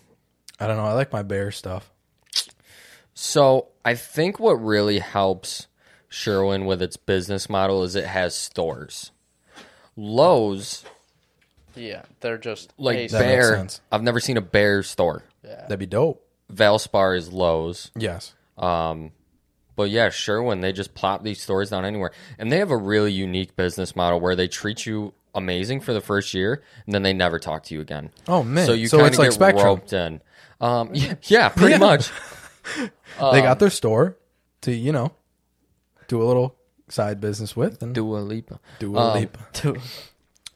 I don't know. I like my bear stuff.
So I think what really helps Sherwin with its business model is it has stores. Lowe's,
Yeah, they're just
like
hey,
makes
Bear,
sense.
I've never seen a Bear store.
That'd be dope.
Valspar is Lowe's.
Yes.
But yeah, Sherwin, they just plop these stores down anywhere. And they have a really unique business model where they treat you amazing for the first year and then they never talk to you again.
Oh, man.
So you
So
kind
it's
of
like
get
Spectrum.
roped in. Um, (laughs) yeah, yeah, pretty much.
they got their store to you know do a little side business with and do,
(laughs) Dua Lipa. (laughs)
a
Um,
leap.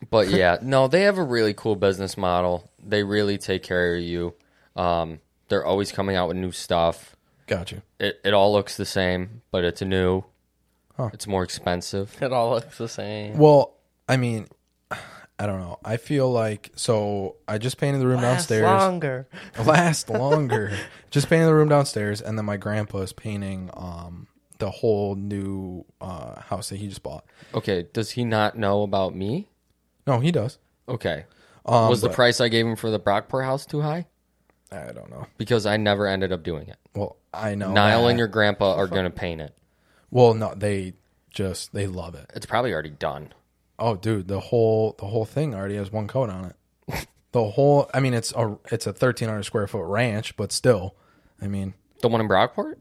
But yeah, no, they have a really cool business model. They really take care of you. Um, they're always coming out with new stuff.
Got you.
It, it all looks the same, but it's new. It's more expensive.
it all looks the same.
Well, I mean, I don't know. I feel like so. I just painted the room downstairs.
Lasts longer.
(laughs) last longer. Just painting the room downstairs, and then my grandpa is painting um the whole new uh house that he just bought.
Okay, does he not know about me?
No, he does.
Okay.
Um,
Was the
but-
price I gave him for the Brockport house too high?
I don't know.
Because I never ended up doing it.
Well, I know.
Niall
that.
and your grandpa are going to paint it.
well, no, they just they love it.
It's probably already done.
Oh, dude, the whole the whole thing already has one coat on it. the whole. I mean, it's a it's a thirteen hundred square foot ranch, but still, I mean,
The one in Brockport?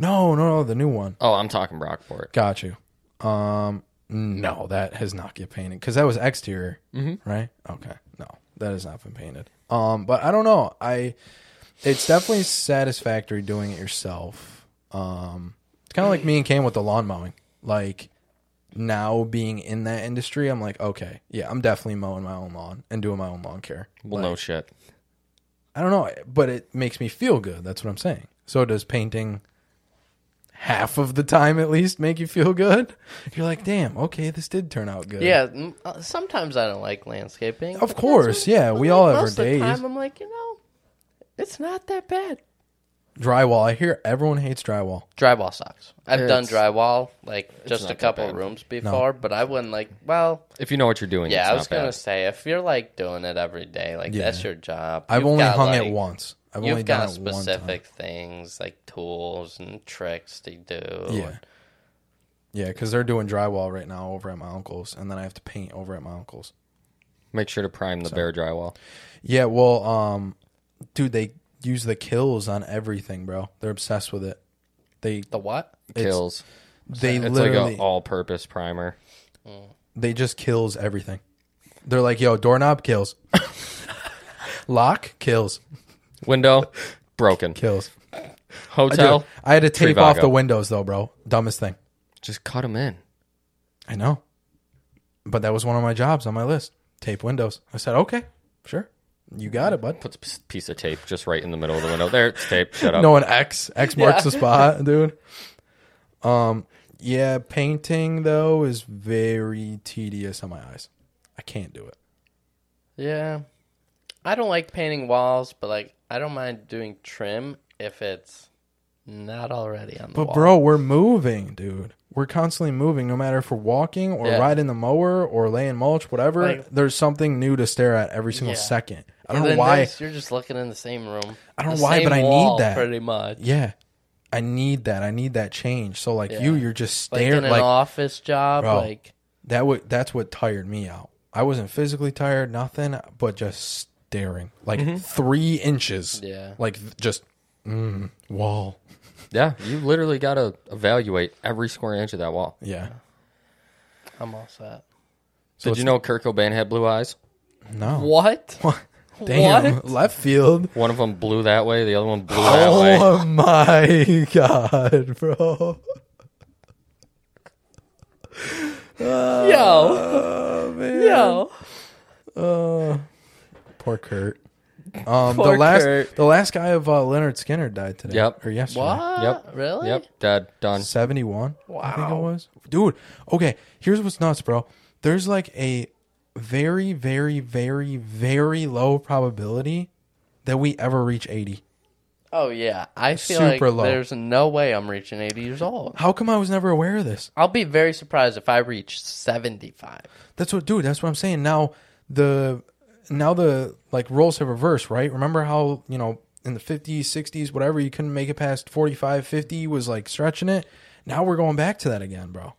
no, no, no, the new one.
Oh, I'm talking Brockport.
Got you. Um, no, that has not get painted because that was exterior, right? Okay, no, that has not been painted. Um, but I don't know. I, it's definitely satisfactory doing it yourself. Um, it's kind of like me and Cam with the lawn mowing. Like now being in that industry, I'm like, okay, yeah, I'm definitely mowing my own lawn and doing my own lawn care.
Well, no shit.
I don't know, but it makes me feel good. That's what I'm saying. So does painting half of the time at least make you feel good? You're like, damn, okay, this did turn out good.
Yeah, m- uh, sometimes I don't like landscaping.
Of course, yeah. We all have our
Most of the
days.
time, I'm like, you know, it's not that bad.
Drywall. I hear everyone hates drywall.
Drywall sucks. I've done
It's-
drywall like just
not
a
that
couple
bad.
rooms before, but I wouldn't like. Well,
If you know what you're doing,
yeah,
it's
I
not
was gonna
bad.
say if you're like doing it every day, like that's your job.
I've
You've
only
got,
hung
like-
it once. I've only
You've
done
got
it one time.
specific things like tools and tricks to do.
Yeah. Yeah, because they're doing drywall right now over at my uncle's, and then I have to paint over at my uncle's.
Make sure to prime the bare drywall.
Yeah, well, um, dude, they use the kills on everything, bro. They're obsessed with it. They
The what?
Kills.
they
It's like
literally
an all-purpose primer.
they just kills everything. They're like, yo, doorknob
(laughs)
kills, lock kills,
Window broken.
kills.
Hotel.
Dude, I had to tape
Trivago.
off the windows though, bro. Dumbest thing.
Just cut them in.
I know, but that was one of my jobs on my list. Tape windows. I said, okay, sure, you got it, bud.
Puts a p- piece of tape just right in the middle of the window. There, it's tape. Shut up.
No, an X. X marks the
(laughs)
spot, dude. Um, yeah, painting though is very tedious on my eyes. I can't do it.
Yeah. I don't like painting walls, but like I don't mind doing trim if it's not already on the
But
wall.
bro, we're moving, dude. We're constantly moving, no matter if we're walking or
Yeah.
riding the mower or laying mulch, whatever.
Like-
there's something new to stare at every single
Yeah.
second. I
And
don't know
then
why.
this, you're just looking in the same room.
I don't
the
know why,
same
but I need
wall,
that.
pretty much.
Yeah, I need that. I need that change. So like you, you're just
Like
staring.
in an
Like,
office job,
Bro.
like
that would that's what tired me out. I wasn't physically tired, nothing, but just staring like three inches.
Mm-hmm. Yeah.
like th- just mm, wall.
Yeah, you literally got to evaluate every square inch of that wall.
Yeah,
I'm all set.
Did you know Kurt Cobain had blue eyes?
no, (laughs)
What?
damn, (laughs)
What?
left field.
One of them blew that way. The other one blew that way.
Oh my (laughs) god, bro.
Yo,
Oh man.
yo.
Poor Kurt.
(laughs)
Um
Poor
the last
Kurt.
the last guy of uh, Leonard Skinner died today.
Yep.
Or yesterday.
What?
Yep.
Really?
Yep. Dad, done.
71. I think it
Wow.
was. Dude, okay, here's what's nuts, bro. There's like a very very very very low probability that we ever reach 80.
Oh yeah. I feel
Super
like
low.
there's no way I'm reaching 80 years old.
How come I was never aware of this?
I'll be very surprised if I reach 75.
That's what, dude. That's what I'm saying. Now the now the like roles have reversed, right? Remember how you know in the 50s, 60s, whatever, you couldn't make it past 45, 50 was like stretching it. Now we're going back to that again, bro.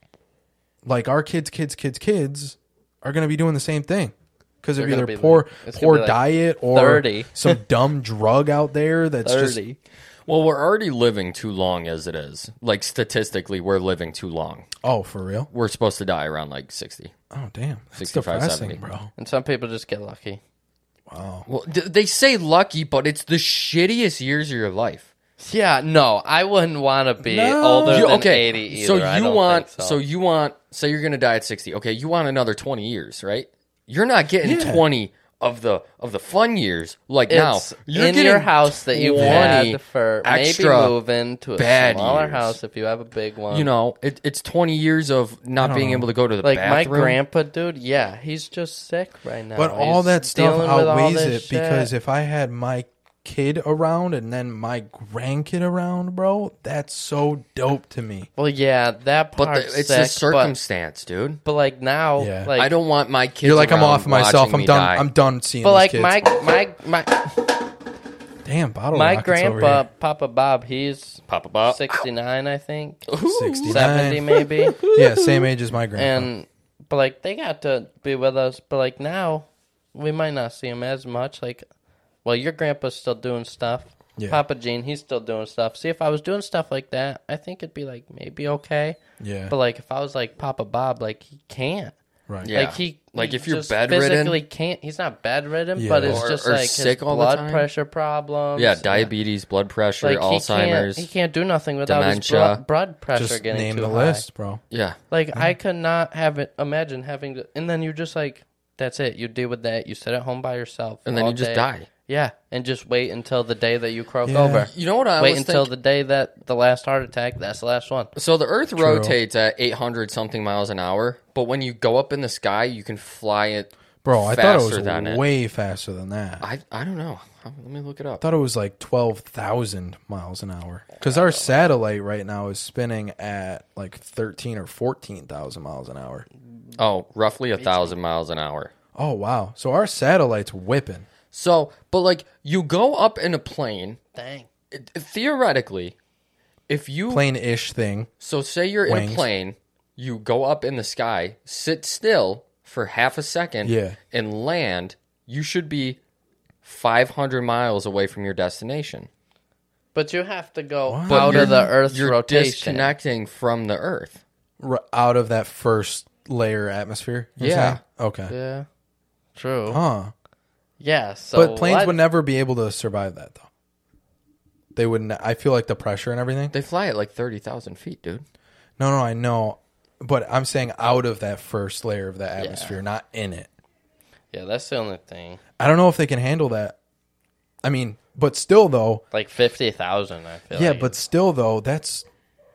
Like our kids, kids, kids, kids are gonna be doing the same thing because of
They're gonna
either
be
poor
like- it's gonna
poor
be like
diet or
30.
some dumb drug out there that's just
30.
Well, we're already living too long as it is. Like statistically, we're living too long.
oh for real.
We're supposed to die around like 60.
Oh damn, that's
65,
depressing,
70.
bro.
and some people just get lucky.
Well, d- they say lucky, but it's the shittiest years of your life.
Yeah, no, I wouldn't want to be
No.
older
You-
than
okay,
80 either.
so
I
you
don't
want
think so.
you want say you're gonna die at 60. Okay, you want another 20 years, right? You're not getting
Yeah.
20 of the of the fun years like
it's
now. You're
in your
getting
house that you've
20
had for maybe
extra
moving to a
bad
smaller
years.
house if you have a big one.
You know, it, it's 20 years of not being able to go to the
like
bathroom.
my grandpa, dude. Yeah, he's just sick right now.
But all
He's
that stuff
dealing with all
outweighs it
this
because
shit.
if I had my kid around and then my grandkid around, bro, that's so dope to me.
well, yeah, that
but
part.
the, it's the
sick, but,
circumstance, dude.
but like now,
Yeah.
like
I don't want my kids.
You're like, I'm
around
off myself.
watching
I'm
me
done.
die.
I'm done seeing.
But
these
like
kids.
my my my
damn bottle.
my
rockets
grandpa,
over
Papa Bob, he's
Papa Bob.
69, I think,
here. 69.
70
(laughs)
maybe.
Yeah, same age as my grandpa.
Uh-huh.
and but like they got to be with us but like now we might not see him as much. Like, well, your grandpa's still doing stuff.
Yeah.
Papa Gene, he's still doing stuff. See, if I was doing stuff like that, I think it'd be like maybe okay.
Yeah.
But like, if I was like Papa Bob, like he can't.
right.
Yeah.
Like he,
Like,
he
if you're
just
bedridden-
physically can't. He's not bedridden,
Yeah.
but it's
Or-
just
or
like
sick
his
all the
blood
time.
pressure problems.
Yeah, diabetes, blood pressure,
Like,
Alzheimer's.
He can't, he can't do nothing without
dementia.
his blood, blood pressure
Just
getting
name
too
the
high.
list, bro.
Yeah.
Like I could not have it imagine having to and then you just like that's it. You deal with that. You sit at home by yourself.
And then
all
you just
day.
die.
Yeah. And just wait until the day that you croak
Yeah.
over.
You know what I
wait
always
until
think?
the day that the last heart attack, that's the last one.
So the Earth rotates at 800 something miles an hour, but when you go up in the sky, you can fly it.
Bro, I thought
faster than
it
it.
was way faster than that. I
I I don't know. Let me look it up.
thought it was like 12,000 miles an hour. Because our satellite right now is spinning at like 13 or 14,000 miles an hour.
Oh, roughly a thousand miles an hour.
Oh, wow. So our satellite's whipping.
So, but like you go up in a plane,
Dang.
it- theoretically, if you
Plane ish thing.
so say you're in
Wings.
a plane, you go up in the sky, sit still for half a second,
Yeah.
and land, you should be 500 miles away from your destination.
But you have to go
Wow.
out
But
of the Earth's
You're
rotation.
disconnecting from the Earth.
r- out of that first layer atmosphere. you're
Yeah.
saying? Okay.
Yeah. True.
Huh.
Yeah. So
But planes
what-
would never be able to survive that though. They wouldn't. I feel like the pressure and everything.
They fly at like 30,000 feet, dude.
No, no, I know. But I'm saying out of that first layer of the atmosphere, not in it.
Yeah, that's the only thing.
I don't know if they can handle that. I mean, but still though,
Like fifty thousand I feel
yeah,
like.
but still though, that's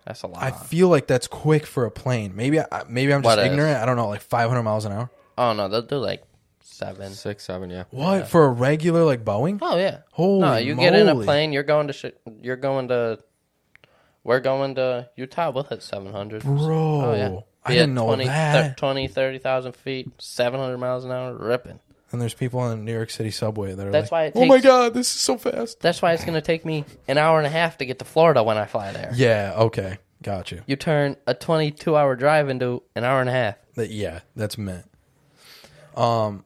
that's a lot.
I feel like that's quick for a plane. Maybe I maybe I'm just
Uh. What is?
ignorant. I don't know, like 500 miles an hour.
oh no, they'll do like seven.
Six, seven, yeah.
What for a regular like Boeing?
Oh yeah.
Holy
no, you get in a
moly.
plane. You're going to. Chi- You're going to. We're going to Utah. We'll hit seven hundred,
Bro,
Oh yeah.
I
Be at
didn't know
20,
that.
thir- 20, 30,000 feet, seven hundred miles an hour, ripping.
And there's people on the New York City subway that are
That's why
like,
it
"Oh my
takes-
god, this is so fast."
That's why it's going to take me an hour and a half to get to Florida when I fly there.
Yeah, okay, got you.
You turn a twenty-two hour drive into an hour and a half.
That- yeah, that's meant. Um,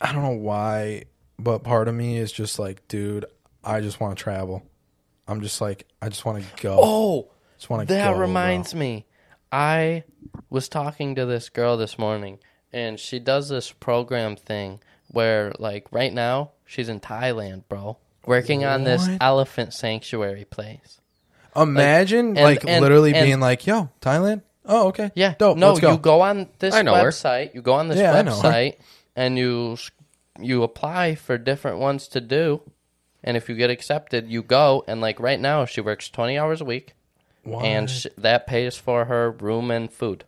I don't know why, but part of me is just like, dude, I just want to travel. I'm just like, I just want to go.
Oh,
just want to.
That
go,
reminds me. I was talking to this girl this morning, and she does this program thing where, like, right now she's in Thailand, bro, working on this
What?
elephant sanctuary place.
bro. Imagine
and-
like
and-
literally
and-
being like, "Yo, Thailand." Oh, okay.
Yeah,
dope.
no,
let's go.
you go on this
I know her.
website. You go on this
Yeah, I know her.
website, and you s- you apply for different ones to do, and if you get accepted, you go. And like right now, she works twenty hours a week,
What?
and sh- that pays for her room and food.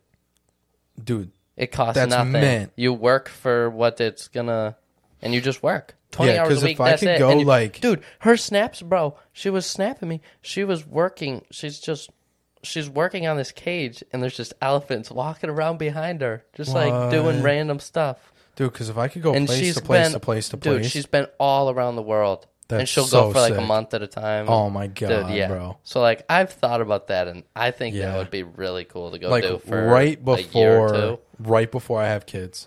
dude,
It costs
That's
nothing.
mint.
You work for what it's gonna, and you just work twenty
Yeah,
hours
'cause
a week.
if I
that's
could
it.
go,
And you-
like-
dude, her snaps, bro. She was snapping me. She was working. She's just, she's working on this cage, and there's just elephants walking around behind her, just like doing
What?
random stuff.
dude, because if I could go
And
place
she's
to place
been,
to place to place,
dude. She's been all around the world, and
That's
she'll go
so
for like a
sick.
month at a time.
oh my god,
Dude, yeah.
bro.
So like I've thought about that, and I think that
Yeah.
would be really cool to go
like
do for
right
a year or
before
two.
right before I have kids,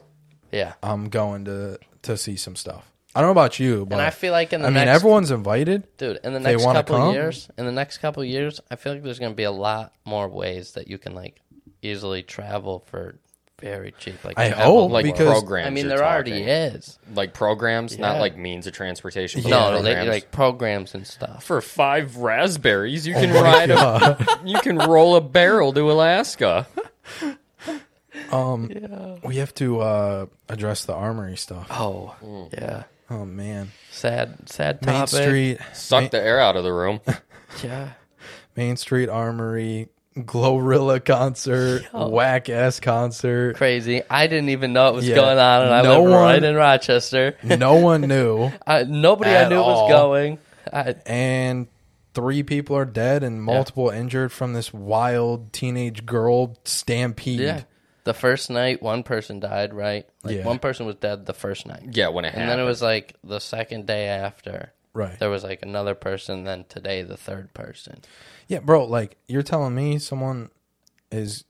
Yeah,
I'm going to to see some stuff. I don't know about you, but
and I feel like in the
I mean
next
everyone's invited. (laughs)
Dude, in the
They
next
wanna
couple
come?
years, in the next couple years, I feel like there's going to be a lot more ways that you can like easily travel for very cheap. Like
I
travel
hope,
the
Like
world.
because-
programs.
I mean
you're
there already
talking.
is.
Like programs,
Yeah.
not like means of transportation. But
Yeah.
no, they,
programs.
like programs and stuff.
for five raspberries, you can ride a, (laughs) you can roll a barrel to Alaska.
We have to uh address the armory stuff.
Oh, yeah.
Oh man.
Sad, sad
Main
topic.
Street
Suck the air out of the (laughs) room.
Yeah.
Main Street Armory Glorilla concert, whack ass concert.
Crazy. I didn't even know it was
Yeah.
going on, and I
No
live right
one-
in Rochester.
No one knew
I, nobody I
At
knew
all.
was going. I,
and three people are dead and multiple injured from this wild teenage girl stampede.
yeah. The first night, one person died. Right. Like
Mm. Yeah.
one person was dead the first night.
Yeah, when it
And
happened.
then it was like the second day after.
Right.
There was like another person, then today the third person.
Yeah, bro, like you're telling me someone is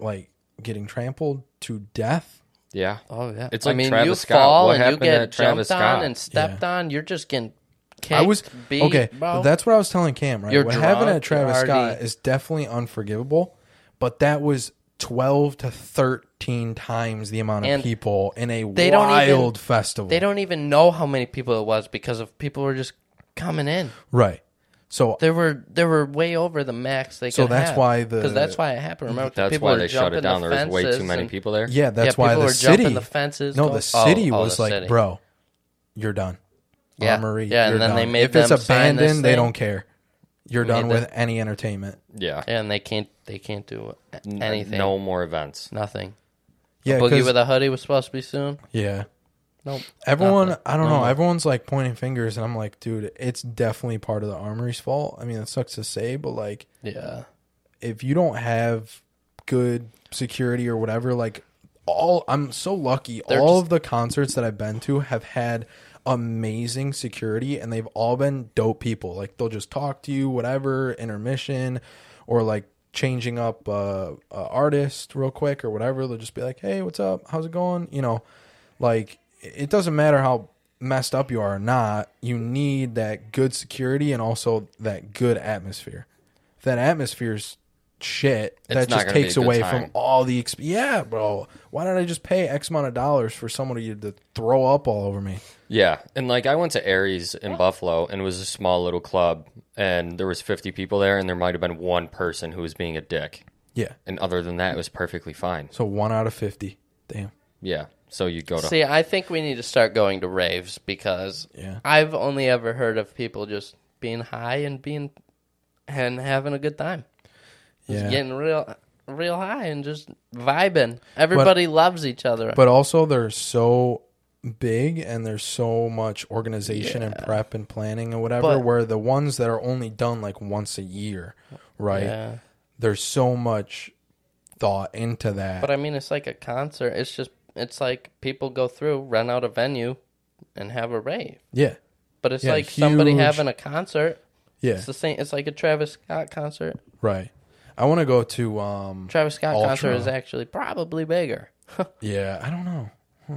like getting trampled to death
Yeah.
Oh yeah,
It's
I
like
mean, you
Travis Scott.
fall
What
and you
happened to
get
Travis
jumped
Scott?
on and stepped on. You're just getting kicked.
I was
beat,
okay.
bro.
That's what I was telling Cam. Right,
You're
what happened
drunk,
at Travis
you're
Scott
already-
is definitely unforgivable, but that was twelve to thirteen times the amount of
And
people in a
they don't
wild
even-
festival.
they don't even know how many people it was because of people were just coming in.
right. So
They were they were way over the max they could.
So that's why the-
because that's why it happened. Remember, 'cause
That's
people
why
were
they shut
jumping
it down.
The
There was way too
fences
many
and-
people there.
yeah, that's why
people
the
were jumping
city.
the fences,
no,
going-
the city
Oh, oh,
was
the
like,
city.
bro, you're done.
Yeah.
Armory,
Yeah, and
you're
then they
done.
made
if it's
them sign this
abandoned, they
thing.
don't care. You're done
Made
with any entertainment.
Yeah.
and they can't they can't do
N-
anything.
No more events.
nothing.
Yeah,
Boogie
'cause-
with a hoodie was supposed to be soon.
yeah.
Nope.
Everyone, I don't know. Everyone's like pointing fingers, and I'm like, dude, it's definitely part of the armory's fault. I mean, it sucks to say, but like,
Yeah.
if you don't have good security or whatever, like, all I'm so lucky. all of the concerts that I've been to have had amazing security, and they've all been dope people. Like, they'll just talk to you, whatever, intermission, or like changing up uh, a artist real quick or whatever. They'll just be like, hey, what's up? How's it going? You know, like it doesn't matter how messed up you are or not you need that good security and also that good atmosphere if that atmosphere's shit that
not
just
gonna be
takes
a good
away
time.
from all the exp- yeah bro why did i just pay x amount of dollars for somebody to throw up all over me
Yeah, and like I went to Aries in Buffalo, and it was a small little club, and there was fifty people there, and there might have been one person who was being a dick,
yeah
and other than that, it was perfectly fine.
so one out of 50 damn
Yeah, so you go to
See, I think we need to start going to raves because
Yeah.
I've only ever heard of people just being high and being and having a good time. Just
yeah
getting real real high and just vibing. Everybody loves each other.
but also they're so big and there's so much organization and prep and planning and whatever
But-
where the ones that are only done like once a year right
yeah.
there's so much thought into that
But I mean it's like a concert. It's just it's like people go through, rent out a venue and have a rave.
yeah
But it's
Yeah,
like somebody
huge-
having a concert.
yeah
It's the same it's like a Travis Scott concert.
right i want to go to um
Travis Scott concert
Ultra.
is actually probably bigger. (laughs)
yeah i don't know Huh.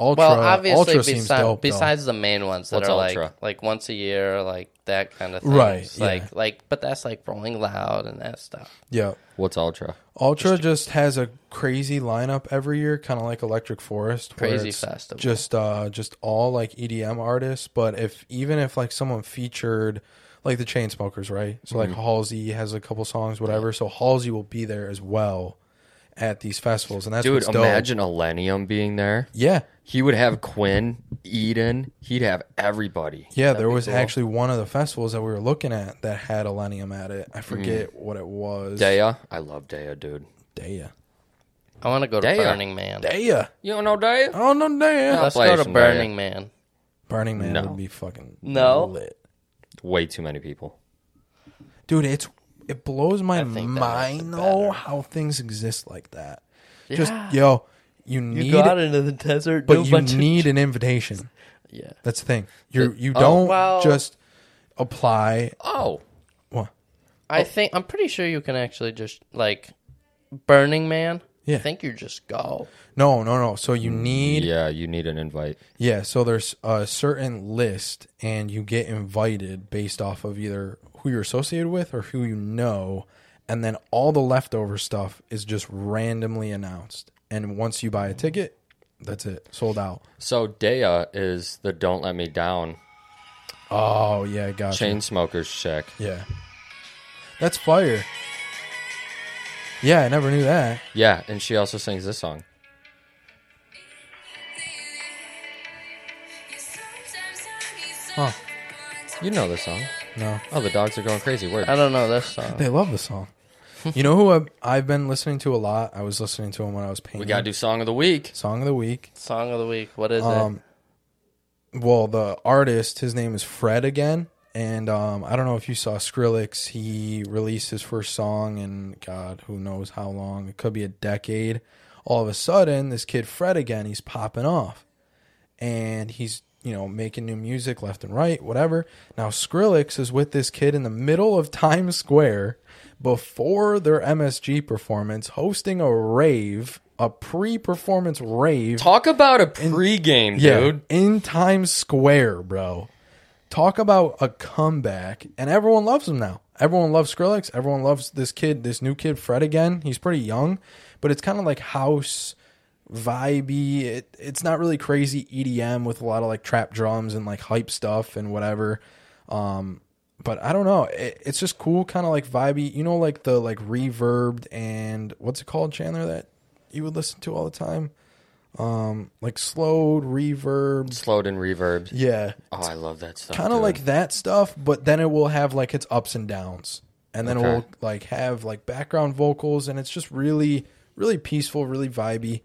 ultra
Well, obviously,
ultra
besi-
seems dope though.
besides the main ones that
What's
are
Ultra?
like like once a year, like that kind of thing.
Right, yeah.
Like like, but that's like Rolling Loud and that stuff.
yeah
what's Ultra?
ultra just, has a crazy lineup every year kind of like electric forest where
Crazy
it's
festival.
just uh just all like edm artists but if even if like someone featured like the chain smokers right so like halsey has a couple songs whatever so halsey will be there as well at these festivals and that's
Dude,
what's dope.
imagine Elenium being there.
yeah
He would have Quinn, Eden. He'd have everybody.
Yeah, there was actually one of the festivals that we were looking at that had Elenium at it. I forget
Mm-hmm.
what it was.
Daya, I love Daya, dude.
Daya.
I want to go to
Damn.
Burning Man.
Daya.
You don't know Daya?
Oh no, Daya.
Let's
play
go to
some Burning.
Burning Man.
Burning Man
No.
would be fucking
No.
lit.
Way too many people.
Dude, it's it blows my
think that makes it
mind
better.
though how things exist like that. Just yo, you need
You go out into the desert, do
but
a
you
bunch of-
need Oh. an invitation.
yeah.
That's the thing. You you
Oh,
don't
well-
just apply
Oh,
what?
I think I'm pretty sure you can actually just like Burning Man.
Yeah.
I think you just go.
No, no, no. So
Mm,
you need
yeah, you need an invite.
Yeah, so there's a certain list, and you get invited based off of either who you're associated with or who you know, and then all the leftover stuff is just randomly announced. And once you buy a ticket, that's it, sold out.
So Daya is the "Don't Let Me Down"
Oh yeah, gotcha.
chain smokers chick.
Yeah, that's fire. Yeah, I never knew that.
Yeah, and she also sings this song.
Huh?
You know this song.
No,
Oh, the dogs are going crazy. Where?
I don't know this song.
(laughs) they love the song.
(laughs)
you know who I've, I've been listening to a lot? I was listening to him when I was painting.
We gotta do song of the week.
song of the week.
Song of the week. What is
Um, well, the artist, his name is Fred again, and um, I don't know if you saw Skrillex. He released his first song, and God, who knows how long? It could be a decade. All of a sudden, this kid Fred again, he's popping off, and he's you know, making new music left and right, whatever. Now Skrillex is with this kid in the middle of (laughs) Times Square before their MSG performance, hosting a rave, a pre-performance rave.
Talk about a pregame, dude.
in Times Square, bro. Talk about a comeback, and everyone loves him now. Everyone loves Skrillex. Everyone loves this kid, this new kid, Fred again. He's pretty young, but it's kind of like house vibey. It, it's not really crazy EDM with a lot of like trap drums and like hype stuff and whatever. Um, but I don't know. It, it's just cool, kind of like vibey. You know, like the like reverbed and what's it called, Chandler? That you would listen to all the time. Um, like slowed reverb.
Slowed and reverbed.
Yeah,
Oh, I love that stuff.
kind of
dude.
like that stuff. But then it will have like its ups and downs, and then it will
Okay.
like have like background vocals, and it's just really, really peaceful, really vibey.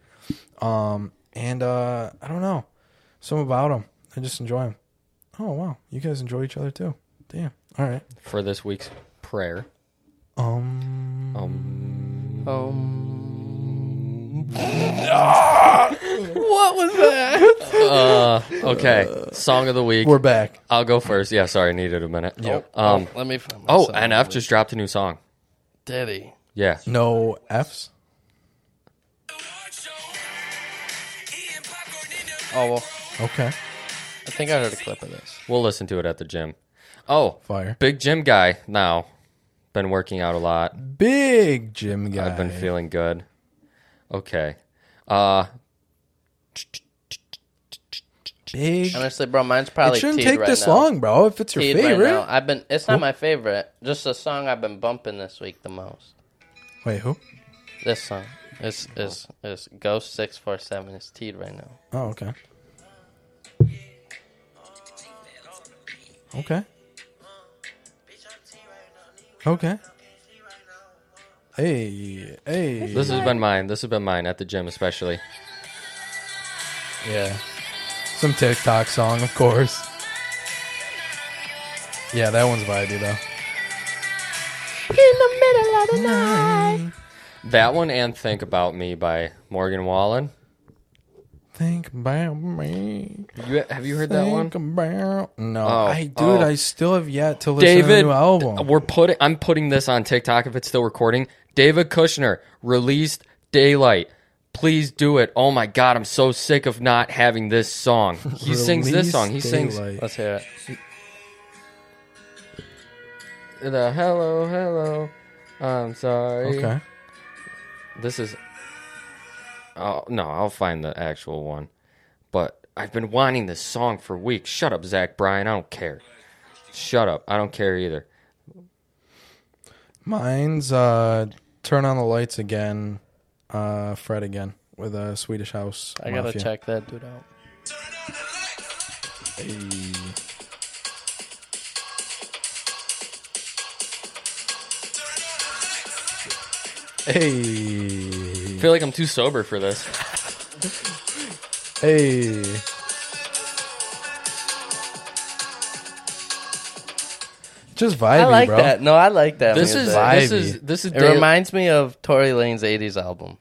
Um, and uh, I don't know, something about them. I just enjoy them. Oh wow, you guys enjoy each other too. Damn. All right.
for this week's prayer.
Um.
what was that?
Uh, okay, song of the week.
We're back.
I'll go first. Yeah, sorry, I needed a minute. Um.
Let me find my
Oh,
song.
NF just dropped a new song.
Did he?
Yeah.
No F's.
Oh, well,
Okay.
I think I heard a clip of this.
We'll listen to it at the gym. Oh,
Fire.
big gym guy now. Been working out a lot.
Big Jim guy.
I've been feeling good. Okay. Uh,
Big.
Honestly, bro, mine's
It
probably
shouldn't
teed
take
right
this
now.
long, bro. If it's your
Teed
favorite.
Right now. I've been. It's not my favorite. Just the song I've been bumping this week the most.
Wait, who?
This song. It's is is Ghost six four seven. It's teed right now.
Oh, okay. Okay. Okay. Hey, hey.
this has been mine. This has been mine at the gym, especially.
yeah. Some TikTok song, of course. Yeah, that one's vibey though. Mm.
That one and "Think About Me" by Morgan Wallen.
Think about me.
You, have you heard that one?
Think about- No,
Oh,
I dude,
oh.
I still have yet to listen to the
David,
new album.
we're putting. I'm putting this on TikTok if it's still recording. David Kushner released "Daylight." Please do it. Oh my God, I'm so sick of not having
(laughs)
this song. He sings this
Release
song. He sings
Daylight.
Let's hear it.
the "Hello, Hello." I'm sorry.
Okay.
This is. Oh no, I'll find the actual one. But I've been wanting this song for weeks. Shut up, Zach Bryan. I don't care. Shut up. I don't care either.
Mine's uh turn on the lights again, uh Fred again with a Swedish house.
I gotta
Mafia.
check that dude out.
Hey,
I feel like I'm too sober for this.
hey, just vibey,
I like
bro.
that. No, I like that.
This is
music.
this
Vibey.
is this is
It
Day-
reminds me of Tory Lane's '80s album.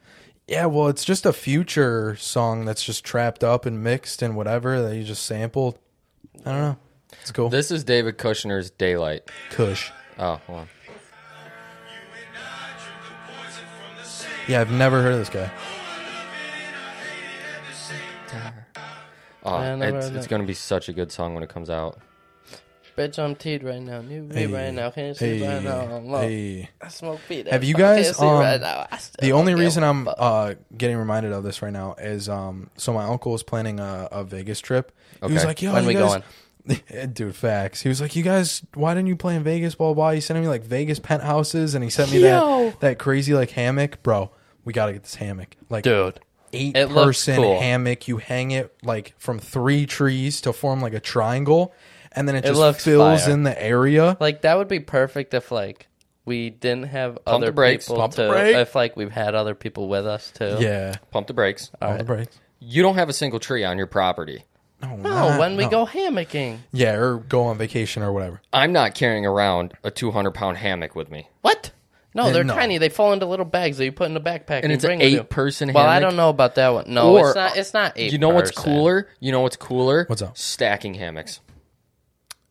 Yeah, well, it's just a future song that's just trapped up and mixed and whatever that you just sampled. I don't know. It's cool.
This is David Kushner's Daylight.
Kush.
Oh, hold on.
Yeah, I've never heard of this guy.
Oh,
Yeah, I never
it's,
heard
it's
that.
going to be such a good song when it comes out.
Bitch, I'm teed right now. New me
Hey.
right now. Can't see
Hey,
right now. I'm low.
hey.
I smoke weed.
Have you
I can't
guys,
see
um,
right now. I still
The only
don't give
reason
a
I'm
fuck.
uh, getting reminded of this right now is um, so my uncle is planning a, a Vegas trip. He was
Okay.
like, "Yo,
When
you
we
guys- Eh, Dude, facts. He was like, "You guys, why didn't you play in Vegas?" Blah blah. blah. He sent me like Vegas penthouses, and he sent me
Yo.
that that crazy like hammock, bro. We gotta get this hammock, like
dude.
eight
It looks
person
cool.
hammock. You hang it like from three trees to form like a triangle, and then it just
looks
fills
fire.
in the area.
Like that would be perfect if like we didn't have
the
other
brakes,
people
pump the
to
brake.
if like we've had other people with us too.
yeah,
Pump the brakes.
all the breaks.
You don't have a single tree on your property.
No,
No,
not-
when we
no.
go hammocking.
yeah, or go on vacation or whatever.
I'm not carrying around a 200 pound hammock with me.
What? No, they're
no.
tiny. They fall into little bags that you put in a backpack.
And
you
it's an
bring with you.
eight-person
Well, I
hammock?
don't know about that one. No,
Or-
it's not. It's not eight.
You know what's
person.
cooler? You know what's cooler?
What's up?
Stacking hammocks.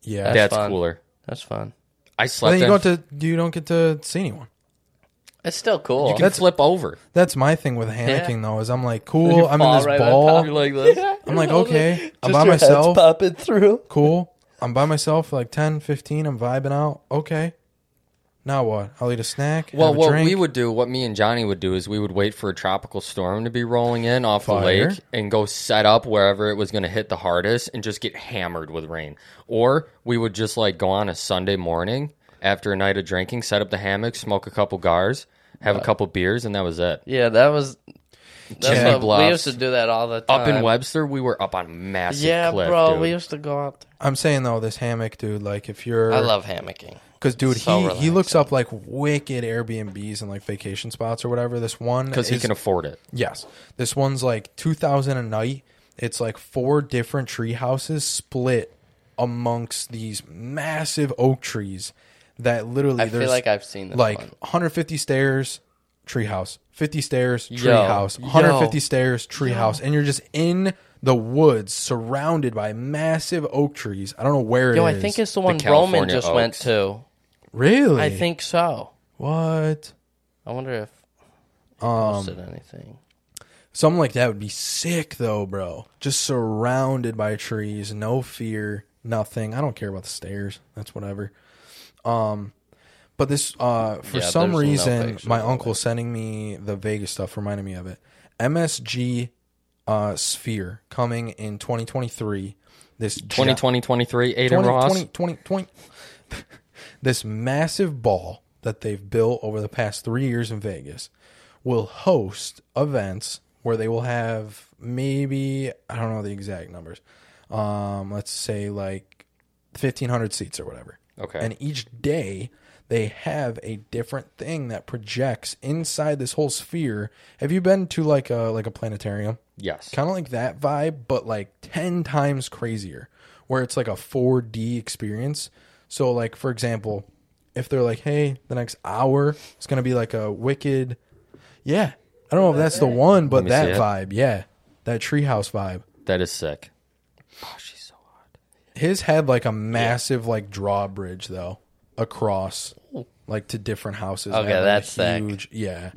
Yeah.
That's
That's,
fun.
cooler.
That's fun.
I
But
slept.
then you
in-
don't to you don't get to see anyone.
It's still cool.
you can flip over.
That's my thing with hammocking though. Is I'm like, cool. I'm in
fall
this
right on
ball.
top.
like this.
I'm like, okay. I'm
Just
by
your head's
myself.
popping through.
Cool. I'm by myself for like 10, 15. I'm vibing out. Okay. Now what? I'll eat a snack.
Well,
have a
what
drink.
we would do, what me and Johnny would do, is we would wait for a tropical storm to be rolling in off
Fire.
the lake and go set up wherever it was going to hit the hardest and just get hammered with rain. Or we would just like go on a Sunday morning after a night of drinking, set up the hammock, smoke a couple gars, have
Uh,
a couple beers, and that was it.
Yeah, that was. That's
Chimney
what, we
Bluffs.
used to do that all the time.
Up
uh,
in Webster, we were up on a massive
Yeah,
cliff,
bro.
dude.
We used to go out. There.
I'm saying though, this hammock, dude. Like, if you're,
I love hammocking.
because dude,
so
he he looks up like wicked Airbnbs and like vacation spots or whatever. This one
because he
is-
can afford it.
Yes. This one's like 2000 a night. It's like four different tree houses split amongst these massive oak trees that literally
I feel
there's
like I've seen this
like
one.
150 stairs, tree house, 50 stairs, tree
Yo.
house, 150
Yo.
stairs, tree house, and you're just in the woods surrounded by massive oak trees. I don't know where
Yo,
it
I
is.
think it's the one Roman
California
just went
Oaks.
to.
really
I think so.
what
I wonder if he
Um,
posted anything.
Something like that would be sick though, bro. Just surrounded by trees, no fear, nothing. I don't care about the stairs. That's whatever. Um but this uh for
Yeah, there's
some
no
reason
pictures
my
of
uncle sending me the Vegas stuff reminded me of it. MSG uh Sphere coming in 2023. This gi-
2020, 23, Aiden
20,
Ross.
20, 20, 20. (laughs) this massive ball that they've built over the past three years in Vegas will host events where they will have maybe, I don't know the exact numbers, um, let's say like 1,500 seats or whatever.
Okay.
And each day they have a different thing that projects inside this whole sphere. Have you been to like a like a planetarium?
yes.
kind of like that vibe, but like 10 times crazier, where it's like a 4D experience. So, like, for example, if they're like, hey, the next hour it's going to be like a wicked, yeah, I don't know if that's the one, but
me see
that
it.
vibe, yeah, that treehouse vibe.
That is sick. Oh, she's so hot.
His had like a massive, like, drawbridge though across. Like to different houses.
Okay,
That was
that's sick. Mm,
Yeah.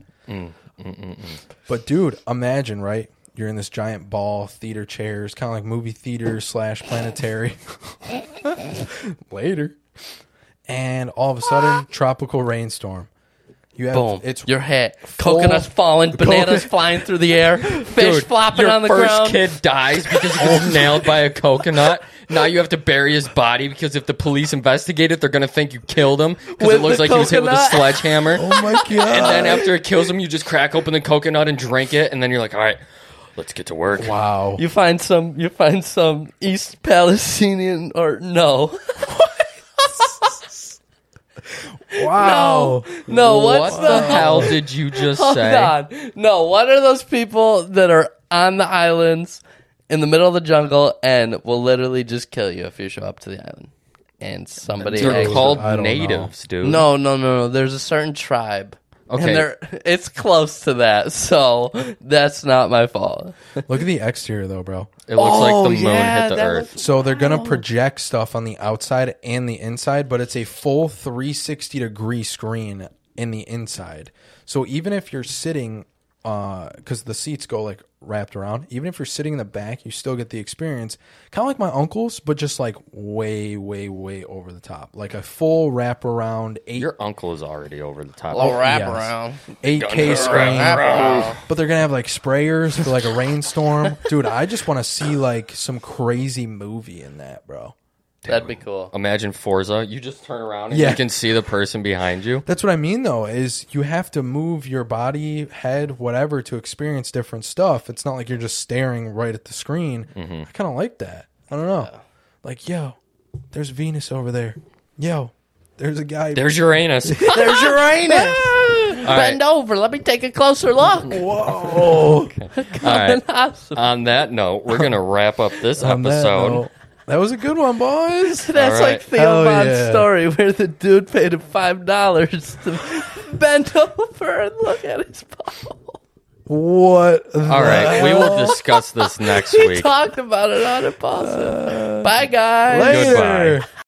But dude, imagine right? You're in this giant ball, theater chairs, kind of like movie theater slash planetary. (laughs) Later, and all of a sudden, tropical rainstorm. You have
Boom.
it's
your hat.
full-
Coconuts
(laughs)
falling, bananas flying through the air, fish flopping
your
on the
first
ground.
kid dies because he (laughs) gets nailed by a coconut. Now you have to bury his body because if the police investigate it, they're gonna think you killed him because
With
it looks
the
like he was hit with a
coconut.
sledgehammer.
(laughs)
(laughs) oh my god!
And then after it kills him, you just crack open the coconut and drink it, and then you're like, all right, let's get to work.
wow,
(laughs) You find some. You find some East Palestinian or no, (laughs)
wow,
no.
What
What's
the hell did you
(laughs)
just
Hold
say?
on. No, what are those people that are on the islands in the middle of the jungle and will literally just kill you if you show up to the island? And somebody
They're
actually-
called
I don't know.
natives, dude.
No, no, no, no. There's a certain tribe.
Okay.
And they're, (laughs) it's close to that, so that's not my fault.
look at the exterior though, bro.
it looks
Oh,
like the moon
yeah,
hit the
that
earth.
was-
So they're gonna project stuff on the outside and the inside, but it's a full 360 degree screen in the inside. So even if you're sitting, because the seats go like wrapped around, even if you're sitting in the back, you still get the experience, kind of like my uncle's, but just like way, way, way over the top, like a full wraparound eight
Your uncle is already over the top.
I'll wrap
yes.
around.
8K
Wrap
screen.
around.
But they're gonna have like sprayers for like a rainstorm, dude. I just want to see like some crazy movie in that, bro.
That'd be cool.
Imagine Forza. You just turn around and
Yeah.
you can see the person behind you.
That's what I mean though, is you have to move your body, head, whatever to experience different stuff. It's not like you're just staring right at the screen.
Mm-hmm.
I kind of like that. I don't know. Like, yo, there's Venus over there. Yo, there's a guy. (laughs)
(laughs)
There's Uranus.
There's
(laughs)
Uranus.
right.
Bend over. Let me take a closer look.
Whoa.
All
(laughs)
right. On that note, we're gonna wrap up
(laughs)
this
On that
episode.
note, That was a good one, boys.
That's
All right.
like Theo
Hell
Von's
yeah.
story where the dude paid him five dollars to (laughs) bend over and look at his butthole.
What?
All right, we will discuss this next
He
week. Uh,
talked about it on Impulsive. Bye, guys.
Goodbye.